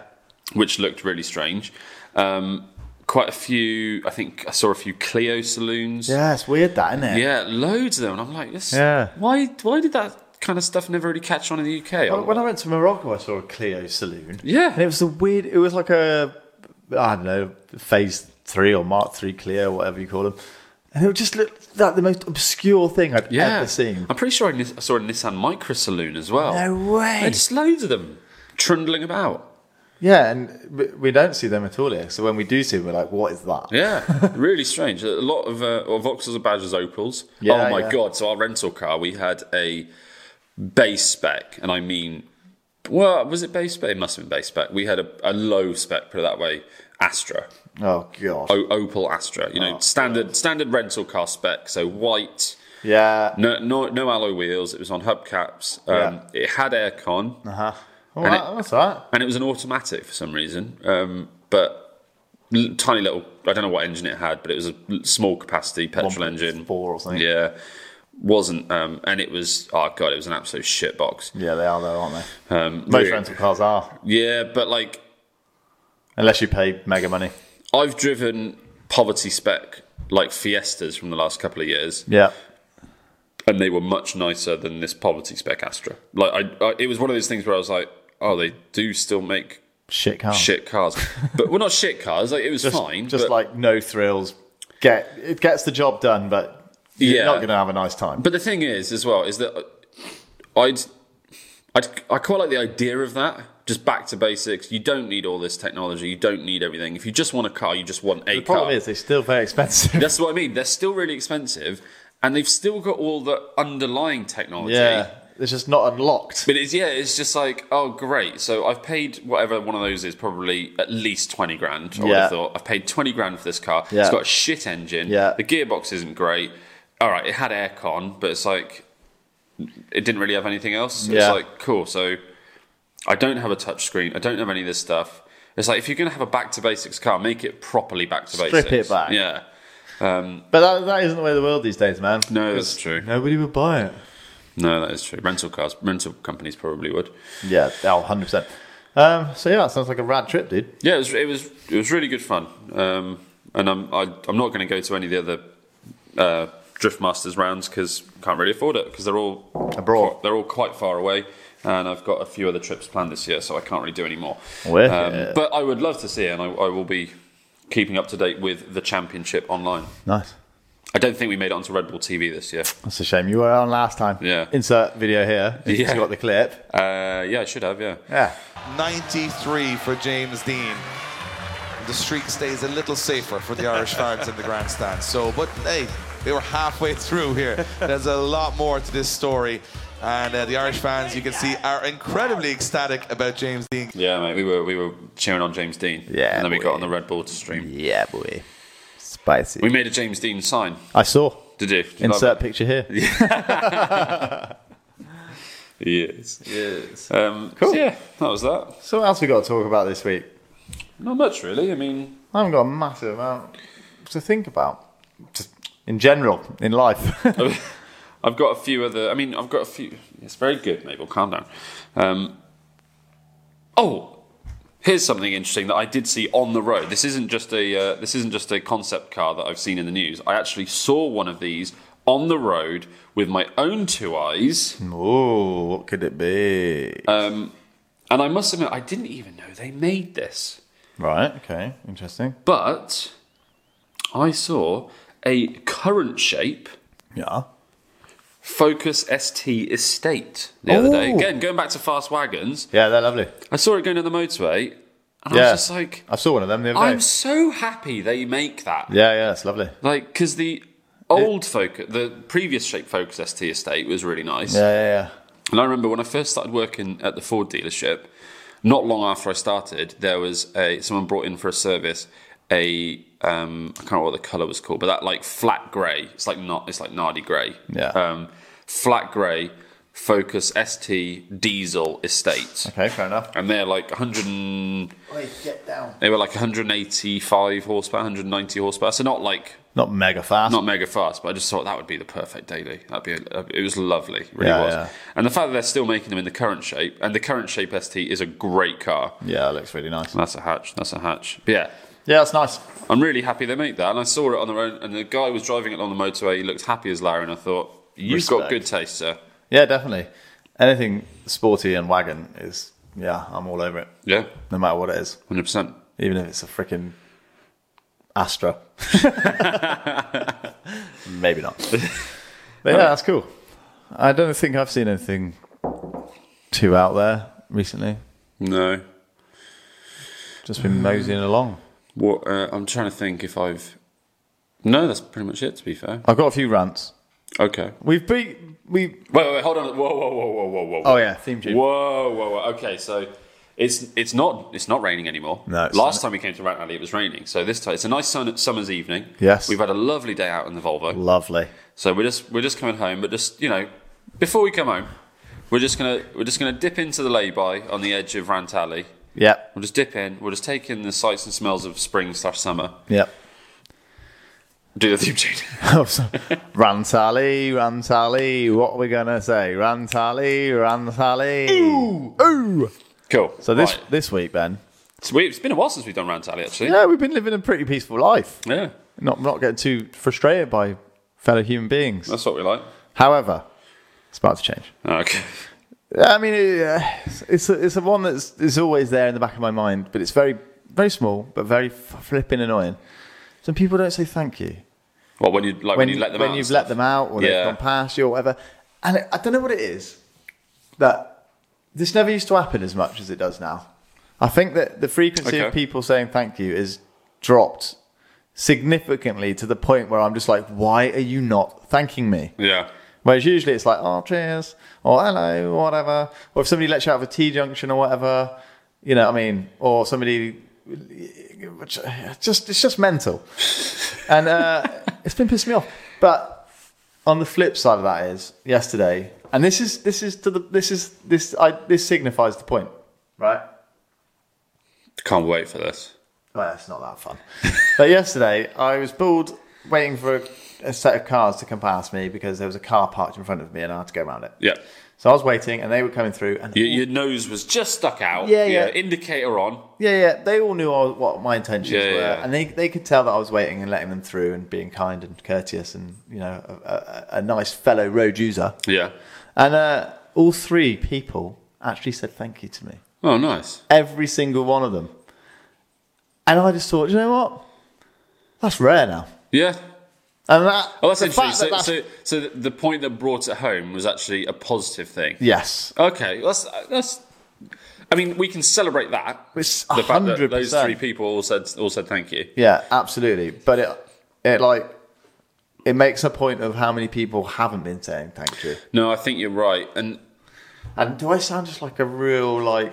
which looked really strange. Um, quite a few, I think I saw a few Clio saloons. Yeah, it's weird that, isn't it? Yeah, loads of them. And I'm like, this. Yeah. Why? Why did that kind of stuff never really catch on in the UK? When- When I went to Morocco, I saw a Clio saloon. Yeah. And it was a weird, it was like a, I don't know, phase three or Mark three Clio, whatever you call them. And it just looked like the most obscure thing I've yeah. ever seen. I'm pretty sure I nis- I saw a Nissan Micra saloon as well. No way. There's loads of them trundling about. Yeah, and we- we don't see them at all here. So when we do see them, we're like, what is that? Yeah, really strange. A lot of uh, well, Vauxhalls and Badgers Opals. Yeah, oh my yeah. god! So our rental car, we had a base spec, and I mean Well, was it base spec? It must have been base spec. We had a, a low spec, put it that way, Astra, Oh god. o- Opel Astra. You Oh, know, standard standard rental car spec. So white, Yeah. no no no alloy wheels. It was on hubcaps. Um, It had aircon, Uh-huh. All And right, that's all right. and it was an automatic for some reason. Um, but l- tiny little. I don't know what engine it had, but it was a l- small capacity petrol engine. Four or something. Yeah. Yeah. Wasn't um, and it was oh god, it was an absolute shit box. they are though, aren't they? Um, Most really- rental cars are, Yeah, but like unless you pay mega money. I've driven poverty spec like Fiestas from the last couple of years, Yeah. and they were much nicer than this poverty spec Astra. Like I, I it was one of those things where I was like, oh, they do still make Shit car. shit cars, but well, not shit cars. Like it was fine, Just but, like no thrills. Get it gets the job done, but you're Yeah. not going to have a nice time. But the thing is, as well, is that I'd, I'd I quite like the idea of that. Just back to basics. You don't need all this technology. You don't need everything. If you just want a car, you just want a The car. problem is, they're still very expensive. That's what I mean. They're still really expensive, and they've still got all the underlying technology. yeah, it's just not unlocked. But it's yeah, it's just like oh great. So I've paid whatever one of those is probably at least twenty grand. I would Yeah. have thought I've paid twenty grand for this car. Yeah. It's got a shit engine. Yeah. The gearbox isn't great. All right, it had aircon, but it's like it didn't really have anything else. It's Yeah. like cool. So I don't have a touchscreen. I don't have any of this stuff. It's like if you're going to have a back to basics car, make it properly back to Strip basics. it back. Yeah. But that, that isn't the way of the world these days, man. No, Because that's true. Nobody would buy it. No, that is true. Rental cars, rental companies probably would. Yeah, oh, 100%. Um, so, yeah, that sounds like a rad trip, dude. Yeah, it was it was, it was really good fun. Um, and I'm I, I'm not going to go to any of the other uh, Drift Masters rounds because can't really afford it because they're all Abroad. They're all quite far away, and I've got a few other trips planned this year, so I can't really do any more. Um, Wicked. but I would love to see it, and I, I will be keeping up to date with the championship online. Nice. I don't think we made it onto Red Bull TV this year. That's a shame. You were on last time. Yeah. Insert video here. If Yeah. You got the clip. Uh, yeah, I should have. Yeah. Yeah. 93 for James Dean. The streak stays a little safer for the Irish fans in the grandstand. So, but hey, they were halfway through here. There's a lot more to this story. And uh, the Irish fans, you can see, are incredibly ecstatic about James Dean. Yeah, mate, we were we were cheering on James Dean. Yeah, and then we boy. got on the Red Bull to stream. Yeah, boy. Spicy. We made a James Dean sign. I saw. Did you? Did you like Insert picture here. that? Yes. Yes. Um, Cool. so yeah, that was that. So, what else we got to talk about this week? Not much really. I mean, I haven't got a massive amount to think about. Just in general, in life. I've got a few other. I mean, I've got a few. It's very good, Mabel. Calm down. Um, oh, here's something interesting that I did see on the road. This isn't just a. Uh, this isn't just a concept car that I've seen in the news. I actually saw one of these on the road with my own two eyes. Ooh, what could it be? Uh, And I must admit, I didn't even know they made this. right, okay, interesting. But I saw a current shape Yeah. Focus ST Estate the other day. Oh. Again, going back to fast wagons, Yeah, they're lovely. I saw it going down the motorway, and I Yeah. was just like, I saw one of them the other I'm day. so happy they make that. Yeah, yeah, it's lovely. Like, because the old Focus, the previous shape Focus ST Estate was really nice. Yeah, yeah, And I remember when I first started working at the Ford dealership, not long after I started, there was a someone brought in for a service a um, I can't remember what the color was called, but that like flat grey. It's like not. It's like nardy grey. Yeah. Um, flat grey Focus ST diesel estate, yeah. Okay, fair enough. and they're like 100. And, Wait, get down. they were like 185 horsepower, 190 horsepower. So not like Not mega fast. not mega fast, but I just thought that would be the perfect daily. That'd be a, it was lovely, really Yeah, was. yeah. And the fact that they're still making them in the current shape, and the current shape ST is a great car. yeah, it looks really nice. That's a hatch. That's a hatch. But yeah, Yeah, that's nice. I'm really happy they make that. And I saw it on the road, and the guy was driving it along the motorway. He looked happy as Larry, and I thought, "You've got Respect. good taste, sir." Yeah, definitely. Anything sporty and wagon is, yeah, I'm all over it. Yeah, No matter what it is. hundred percent. Even if it's a freaking Astra. Maybe not. But yeah, that's cool. I don't think I've seen anything too out there recently. No, Just been moseying along. what? Uh, I'm trying to think if I've. No, that's pretty much it. To be fair, I've got a few rants. Okay. We've beat we. Wait, wait, wait, hold on. Whoa, whoa, whoa, whoa, whoa, whoa. Oh yeah, theme tune. Whoa, whoa, whoa. Okay, so it's it's not it's not raining anymore. No, it's Last not. time we came to Rat Alley, it was raining. So this time it's a nice sun, summer's evening. Yes. we've had a lovely day out in the Volvo. Lovely. So we're just we're just coming home, but just you know, before we come home, we're just gonna we're just gonna dip into the lay-by on the edge of Rant Alley. Yep. We'll just dip in. We'll just take in the sights and smells of spring slash summer. Yep. Do the theme tune. Oh, so- Rantali, Rantali, what are we gonna say? Rantali, Rantali. Ooh, ooh. cool. So this Right. this week, Ben. It's, we, it's been a while since we've done Rant Alley, actually. Yeah, we've been living a pretty peaceful life. yeah, Not not getting too frustrated by fellow human beings. that's what we like. However, it's about to change. Okay. I mean, it, uh, it's a, it's a one that's is always there in the back of my mind, but it's very very small, but very f- flipping annoying. Some people don't say thank you. Well, when you like when, you let them out. when and you've stuff. let them out or Yeah. they've gone past you or whatever. And I- I don't know what it is that this never used to happen as much as it does now. I think that the frequency of Okay. people saying thank you is dropped significantly to the point where I'm just like, why are you not thanking me? Yeah. Whereas usually it's like, oh, cheers, or hello, or whatever. Or if somebody lets you out of a T junction or whatever, you know what I mean? Or somebody, which- just it's just mental. and uh, it's been pissing me off. But on the flip side of that is yesterday, and this is this is to the this is this I this signifies the point, right? Can't wait for this. Well, it's not that fun. but yesterday, I was bored waiting for a, a set of cars to come past me because there was a car parked in front of me and I had to go around it. Yeah. So I was waiting, and they were coming through, and Your, your nose was just stuck out. Yeah, yeah. Indicator on. yeah, yeah, they all knew I, what my intentions Yeah, were, yeah. and they they could tell that I was waiting and letting them through and being kind and courteous and you know a, a, a nice fellow road user. Yeah. And uh, all three people actually said thank you to me, Oh, nice. every single one of them. And I just thought, you know what, that's rare now. Yeah. And that, Oh, that's the interesting. fact So, that that's- so, so the- the point that brought it home was actually a positive thing. yes, Okay. That's uh, that's. I mean, we can celebrate that. It's the fact that those 100%. three people all said all said thank you. Yeah, absolutely. But it it like it makes a point of how many people haven't been saying thank you. No, I think you're right. And And do I sound just like a real like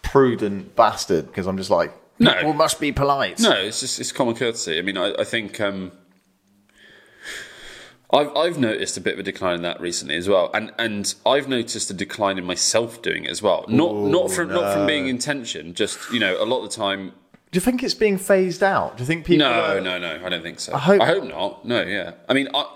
prudent bastard? Because I'm just like No. people must be polite. No, it's just it's common courtesy. I mean, I, I think um, I've I've noticed a bit of a decline in that recently as well, and and I've noticed a decline in myself doing it as well. Not not from not from being intention, just you know, a lot of the time. Do you think it's being phased out? Do you think people? No, are- no, no. I don't think so. I hope- not. No, yeah. I mean, I,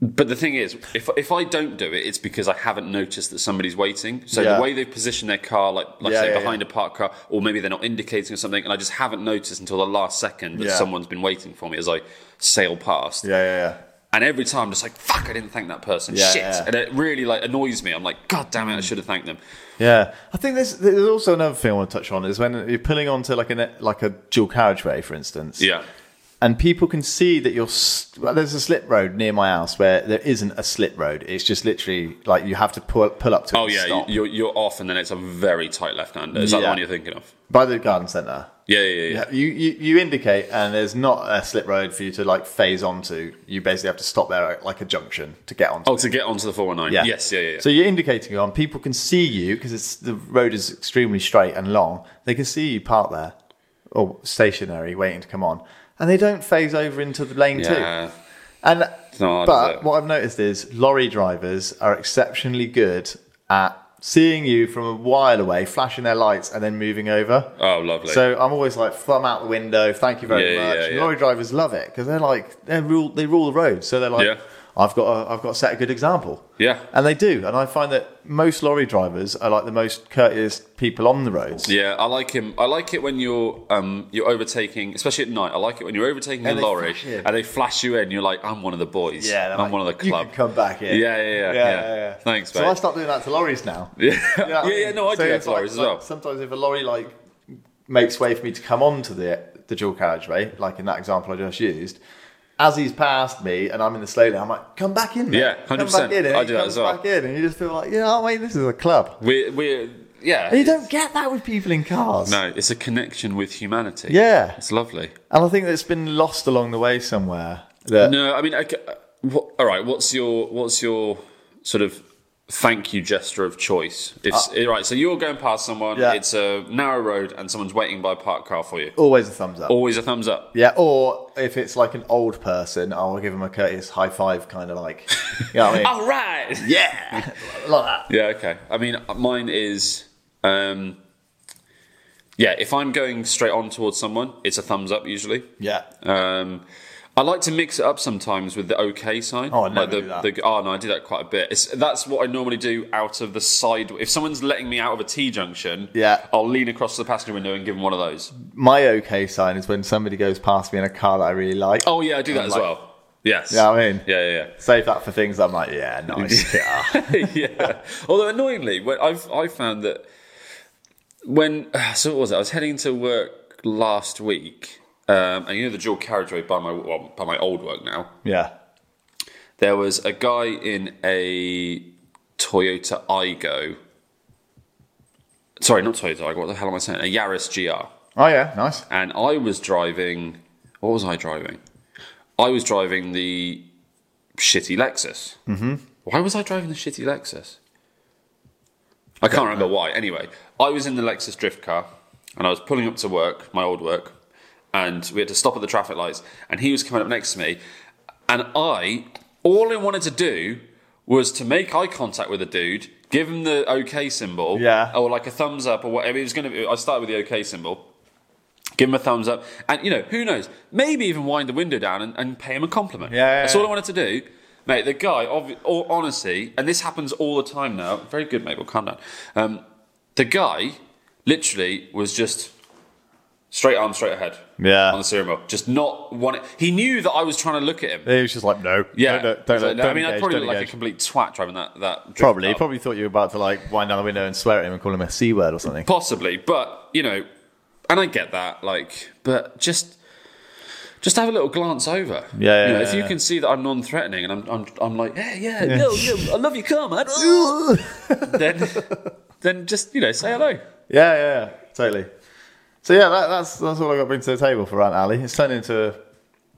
but the thing is, if if I don't do it, it's because I haven't noticed that somebody's waiting. So Yeah. the way they've positioned their car, like like Yeah, say yeah, behind a parked car, or maybe they're not indicating or something, and I just haven't noticed until the last second that Yeah. someone's been waiting for me as I sail past. Yeah, yeah, yeah. And every time, I'm just like fuck, I didn't thank that person. Yeah, Shit, yeah. and it really like annoys me. I'm like, god damn it, I should have thanked them. Yeah, I think there's, there's also another thing I want to touch on is when you're pulling onto like a like a dual carriageway, for instance. Yeah. and people can see that you're. s well, there's a slip road near my house where there isn't a slip road. It's just literally like you have to pull pull up to. it Oh and yeah, you- stop. you're you're off, and then it's a very tight left hander. Is that the Yeah. one you're thinking of? by the garden centre. Yeah, yeah, yeah. yeah. You, you you indicate, and there's not a slip road for you to like phase onto. You basically have to stop there at like a junction to get onto. Oh, to get onto the 419. Yes, yeah, yeah. yeah. So you're indicating on. People can see you because the road is extremely straight and long. They can see you parked there or stationary, waiting to come on, and they don't phase over into the lane Yeah. too. And not hard, is but it? what I've noticed is lorry drivers are exceptionally good at seeing you from a while away, flashing their lights, and then moving over. Oh, lovely. So I'm always like thumb out the window. Thank you very Yeah, yeah, much. yeah. Lorry drivers love it because they're like they rule they rule the road. So they're like, Yeah. I've got a, I've got to set a good example. Yeah. and they do. And I find that most lorry drivers are like the most courteous people on the roads. yeah, I like him. I like it when you're um, you're overtaking, especially at night. I like it when you're overtaking a And they lorry flash you. and they flash you in. You're like, I'm one of the boys. Yeah, they're I'm like, one of the "You club. can come back yeah, here. yeah, yeah, yeah, Thanks, So mate. I start doing that to lorries now. yeah. You know what yeah, I mean? yeah. No, I So do that it's to like- lorries as like, well. Sometimes if a lorry like makes way for me to come onto the the dual carriageway, like in that example I just used, as he's passed me and I'm in the slow lane, I'm like, come back in. mate. Yeah, Come 100%. back in. And I he do that comes as well. Back in, and you just feel like, yeah, oh, mate, this is a club. We're we're yeah. And you don't get that with people in cars. No, it's a connection with humanity. Yeah, it's lovely. and I think that's been lost along the way somewhere. That No, I mean, I, ca- What, all right, what's your what's your sort of thank you gesture of choice? If all right, so you're going past someone, Uh, Yeah. it's a narrow road, and someone's waiting by a parked car for you. Always a thumbs up. Always a thumbs up. Yeah, or if it's like an old person, I'll give them a courteous high five, kind of like. You know what I mean? All right. Yeah, Oh. like that. Yeah, okay. I mean, uh, mine is, um, yeah, if I'm going straight on towards someone, it's a thumbs up usually. Yeah. Um, I like to mix it up sometimes with the okay sign. Oh, I never like the, do that. the- oh no, I do that quite a bit. It's, that's what I normally do out of the side. If someone's letting me out of a T junction, Yeah. I'll lean across the passenger window and give them one of those. My okay sign is when somebody goes past me in a car that I really like. Oh yeah, I do that I'm as like- well. Yes. Yeah, I mean- yeah, yeah, Save that for things I'm like, yeah, nice. yeah. yeah. yeah. Although annoyingly, when I've I found that when so what was it? I was heading to work last week, um, and you know the dual carriageway by my well, by my old work now. Yeah. There was a guy in a Toyota Igo. Sorry, not Toyota Igo. What the hell am I saying? A Yaris GR, Oh, yeah, nice. and I was driving. What was I driving? I was driving the shitty Lexus. Mm-hmm. Why was I driving the shitty Lexus? I can't remember why. Anyway, I was in the Lexus drift car and I was pulling up to work, my old work, and we had to stop at the traffic lights. And he was coming up next to me, and I, all I wanted to do was to make eye contact with the dude, give him the OK symbol, Yeah. or like a thumbs up or whatever. It was going to. be I started with the OK symbol. Give him a thumbs up, and you know who knows? Maybe even wind the window down and, and pay him a compliment. Yeah, yeah, that's all I yeah. wanted to do, mate. The guy, obvi- all honesty, and this happens all the time now. Very good, mate. Well, calm down. Um, the guy, literally, was just straight arm, straight ahead. Yeah. on the steering wheel, just not wanting. He knew that I was trying to look at him. He was just like, no. Yeah, Don't, don't, He's don't, like, no, don't I mean, I engage, probably don't look like a engage. complete twat driving that. that drift Probably. He car. probably thought you were about to like wind down the window and swear at him and call him a C word or something. possibly but you know and i get that like but just just have a little glance over yeah, you know, yeah, if you yeah. can see that i'm non-threatening and i'm i'm, I'm like yeah yeah, No, no, i love your car man then then just you know say hello Yeah, yeah, yeah, totally. So yeah, that, that's that's all I got to bring to the table for Aunt Ali. It's turned into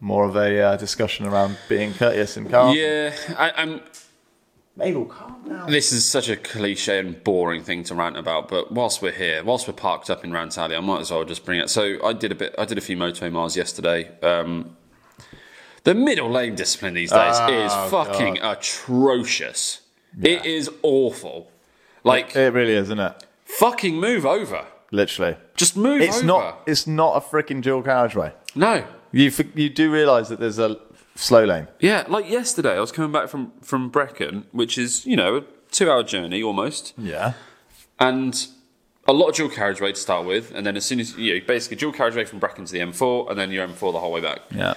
more of a uh, discussion around being courteous and calm. yeah I, i'm Mabel, calm down. this is such a cliche and boring thing to rant about, but whilst we're here, whilst we're parked up in Rant Alley, I might as well just bring it. So I did a bit, I did a few moto miles yesterday. Um, the middle lane discipline these days Oh, is fucking atrocious. It is awful. Like It really is, isn't it? fucking move over. Literally, Just move it's over. not. It's not a freaking dual carriageway. no. You f- you do realise that there's a slow lane. Yeah, like yesterday, I was coming back from from Brecon, which is you know a two hour journey almost. Yeah. and a lot of dual carriageway to start with, and then as soon as you know, basically dual carriageway from Brecon to the M4, and then your M4 the whole way back. Yeah.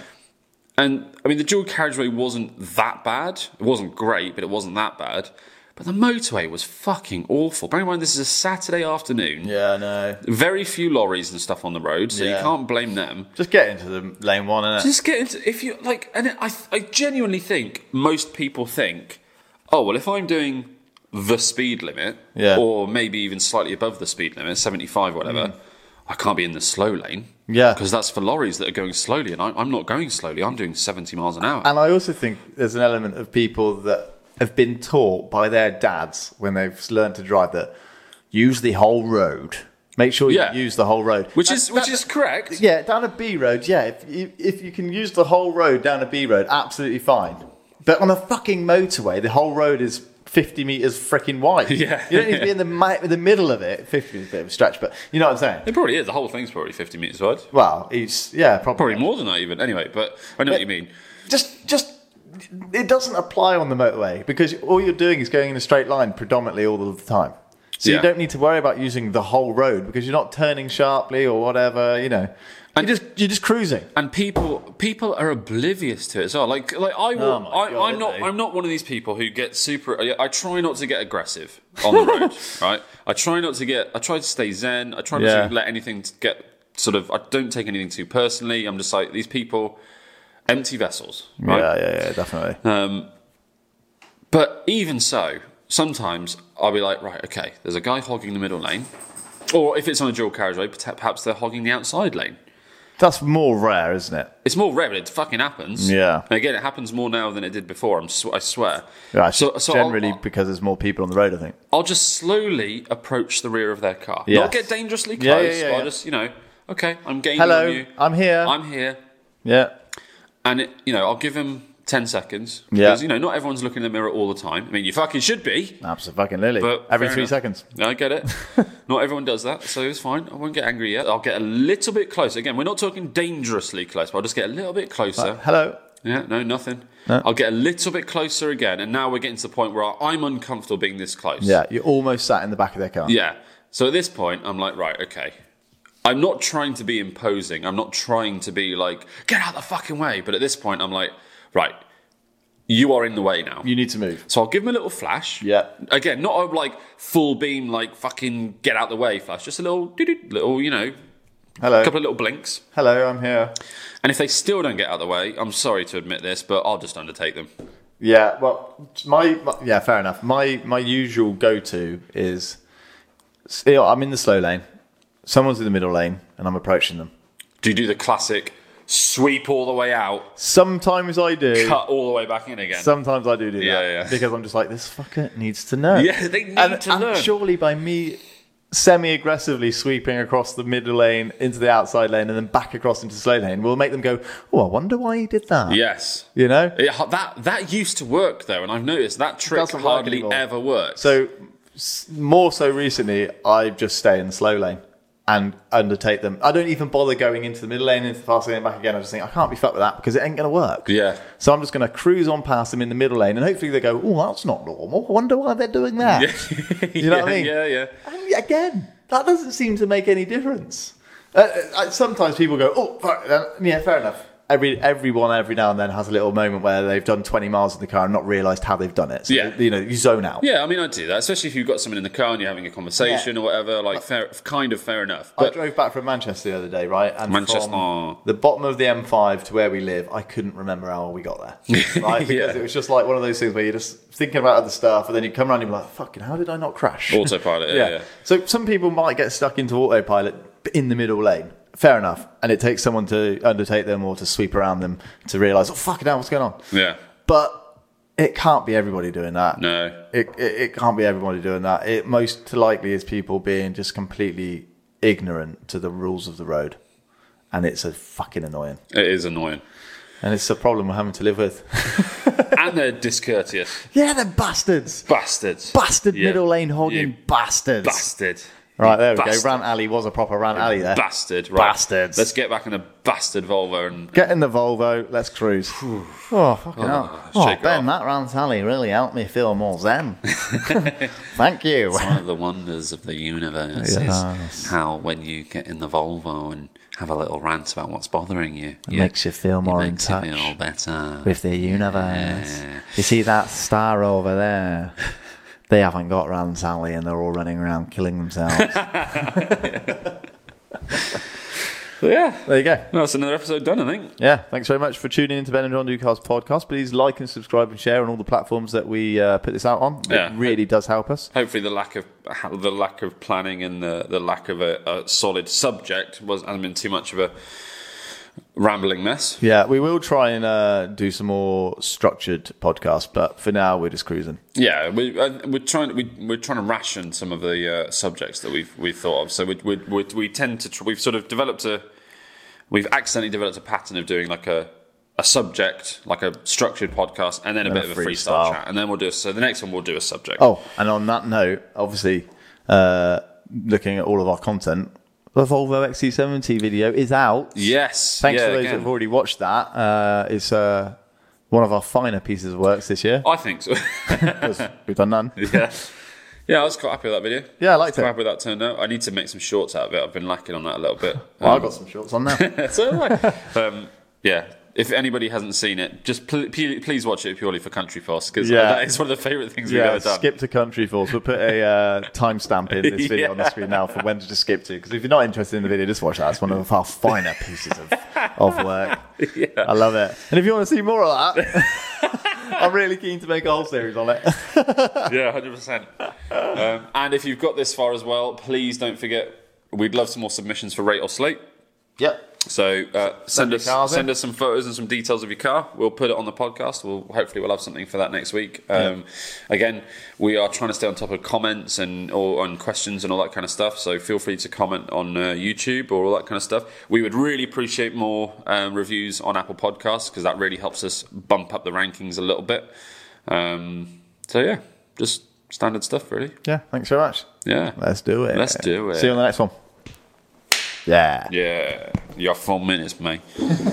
And I mean, the dual carriageway wasn't that bad. It wasn't great, but it wasn't that bad. But the motorway was fucking awful. Bear in mind, this is a Saturday afternoon. Yeah. No. Very few lorries and stuff on the road, so you Yeah. can't blame them. Just get into the lane one, innit? Just get into if you like, and I I genuinely think most people think, oh well, if I'm doing the speed limit, Yeah. Mm. or maybe even slightly above the speed limit, seventy five, whatever, I can't be in the slow lane, Yeah. because that's for lorries that are going slowly, and I, I'm not going slowly. I'm doing seventy miles an hour. And I also think there's an element of people that have been taught by their dads when they've learned to drive that use the whole road. Make sure Yeah. you use the whole road. which That- is which that- is correct. uh, yeah, down a B road. Yeah, if you, if you can use the whole road down a B road, absolutely fine. But on a fucking motorway, the whole road is 50 meters freaking wide. Yeah. you don't need to be in the mi- the middle of it. 50 is a bit of a stretch, but you know what I'm saying. It probably is. The whole thing's probably fifty meters wide. Well, it's yeah, probably, Probably more than that even. Anyway, but I know what you mean. just just it doesn't apply on the motorway because all you're doing is going in a straight line predominantly all of the time. So Yeah. you don't need to worry about using the whole road because you're not turning sharply or whatever, you know. And- you're just you're just cruising. and people people are oblivious to it as well. Like like I, will, Oh my I God, eh? I'm not they? I'm not one of these people who get super. I, I try not to get aggressive on the road, right? I try not to get. I try to stay zen. I try not Yeah. to let anything t- get sort of. I don't take anything too personally. I'm just like these people, empty vessels, right? Yeah, yeah, yeah, definitely. But even so, sometimes I'll be like, right, okay, there's a guy hogging the middle lane. Or if it's on a dual carriageway, p- perhaps they're hogging the outside lane. That's more rare, isn't it? It's more rare, but it fucking happens. Yeah. And again, it happens more now than it did before. I'm sw- I swear. Yeah, it's I'll- generally because there's more people on the road, I think. I'll just slowly approach the rear of their car. Yes. Not get dangerously close. Yeah, yeah, yeah, but I'll yeah. just, you know, okay, I'm gaining Hello, Uh, on you. I'm here. I'm here. yeah. And, it, you know, I'll give him 10 seconds. Yeah. Because, you know, not everyone's looking in the mirror all the time. I mean, you fucking should be. Absolutely fucking lily. But Every fair three enough. seconds. I get it. not everyone does that, so it's fine. I won't get angry yet. I'll get a little bit closer. Again, we're not talking dangerously close, but I'll just get a little bit closer. Hello. Yeah, no, nothing. I'll get a little bit closer again, and now we're getting to the point where I'm uncomfortable being this close. Yeah, you're almost sat in the back of their car. Yeah. So at this point, I'm like, right, okay. I'm not trying to be imposing. I'm not trying to be like, get out the fucking way. But at this point, I'm like, right, you are in the way now. You need to move. So I'll give him a little flash. Yeah. Again, not a like full beam, like fucking get out the way flash. Just a little, doo-doo, little, you know, Hello. couple of little blinks. Hello, I'm here. And if they still don't get out of the way, I'm sorry to admit this, but I'll just undertake them. Yeah, well, my, my yeah, fair enough. My my usual go to is, you know, I'm in the slow lane, someone's in the middle lane, and I'm approaching them. Do you do the classic sweep all the way out, Sometimes I do. cut all the way back in again? Sometimes I do do Yeah, that yeah. because I'm just like this fucker needs to know. Yeah, they need and, to and learn. Surely by me semi-aggressively sweeping across the middle lane into the outside lane and then back across into the slow lane will make them go, "Oh, I wonder why he did that." Yes. you know. It, that that used to work though, and I've noticed that trick Doesn't work hardly anymore. ever works. So s- more so recently, I just stay in the slow lane and undertake them. I don't even bother going into the middle lane, into the fast lane, and back again. I just think I can't be fucked with that because it ain't going to work. Yeah. So I'm just going to cruise on past them in the middle lane, and hopefully they go, "Oh, that's not normal. I wonder why they're doing that." You know yeah, what I mean? Yeah, yeah. And again, that doesn't seem to make any difference. Uh, uh, uh, sometimes people go, "Oh, fuck, uh, yeah, fair enough." Every everyone every now and then has a little moment where they've done 20 miles in the car and not realised how they've done it. So, Yeah. you know, you zone out. Yeah, I mean, I do that, especially if you've got someone in the car and you're having a conversation Yeah. or whatever. Like, fair, kind of fair enough. I But drove back from Manchester the other day, right? And Manchester. from the bottom of the M5 to where we live, I couldn't remember how we got there, right? Because Yeah. it was just like one of those things where you're just thinking about other stuff, and then you come around and you're like, "Fucking, how did I not crash?" autopilot. Yeah. yeah. So some people might get stuck into autopilot in the middle lane. Fair enough, and it takes someone to undertake them or to sweep around them to realise, "Oh fucking hell, what's going on?" Yeah. But it can't be everybody doing that. No. It, it, it can't be everybody doing that. It most likely is people being just completely ignorant to the rules of the road. And it's a fucking annoying. It is annoying, And it's a problem we're having to live with. and they're discourteous yeah, they're bastards. bastards. Bastard Yeah. middle lane hogging You bastards. bastard. right, there we bastard. go. Rant Alley was a proper Rant Alley there. Bastard. Right. Bastards. Let's get back in a bastard Volvo and Get in the Volvo. Let's cruise. oh, fucking hell. shake Oh, it Ben, off. that Rant Alley really helped me feel more zen. Thank you. One of the wonders of the universe Yes. is how when you get in the Volvo and have a little rant about what's bothering you, it makes you feel more in makes touch you feel better. with the universe. You see that star over there? They haven't got Rand Sally and they're all running around killing themselves. So, yeah, there you go. that's another episode done. I think. Yeah, thanks very much for tuning in to Ben and John Ducar's podcast. Please like and subscribe and share on all the platforms that we uh, put this out on. Yeah. It really does help us. Hopefully, the lack of the lack of planning and the, the lack of a, a solid subject was hasn't been too much of a rambling mess. Yeah, we will try and uh, do some more structured podcasts, but for now we're just cruising. Yeah, we, uh, we're trying we, we're trying to ration some of the uh, subjects that we've we've thought of. So we we, we, we tend to tr- we've sort of developed a we've accidentally developed a pattern of doing like a a subject like a structured podcast and then a bit a of a freestyle freestyle. chat and then we'll do a, so the next one we'll do a subject. Oh, and on that note, obviously, uh, looking at all of our content, the Volvo XC70 video is out. yes, Thanks yeah, for those again. that have already watched that. Uh, it's uh, one of our finer pieces of works this year. I think so. 'cause We've done none. yeah. Yeah, I was quite happy with that video. Yeah, I liked Quite it. happy with that turned out. I need to make some shorts out of it. I've been lacking on that a little bit. Well, Um, I've got some shorts on now. That's all right. um, yeah. If anybody hasn't seen it, just pl- p- please watch it purely for Country Force because Yeah. that is one of the favourite things we've yeah, ever done. skip to Country Falls. We'll put a uh, timestamp in this video Yeah. on the screen now for when to just skip to. Because if you're not interested in the video, just watch that. It's one of our finer pieces of, of work. I love it. And if you want to see more of that, I'm really keen to make a whole series on it. Yeah, hundred percent. um, And if you've got this far as well, please don't forget. We'd love some more submissions for Rate or Slate. yep. So uh, send your us cars in. send us some photos and some details of your car. We'll put it on the podcast. We'll hopefully we'll have something for that next week. Um, Again, we are trying to stay on top of comments and or on questions and all that kind of stuff. So feel free to comment on uh, YouTube or all that kind of stuff. We would really appreciate more um, reviews on Apple Podcasts because that really helps us bump up the rankings a little bit. Um, so yeah, just standard stuff really. Yeah, thanks very much. Yeah, Let's do it. Let's do it. See you on the next one. Yeah. yeah. You have four minutes, mate. do you need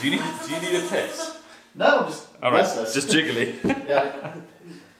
Do you need a piss? No, I'm just. All right, just jiggly. Yeah.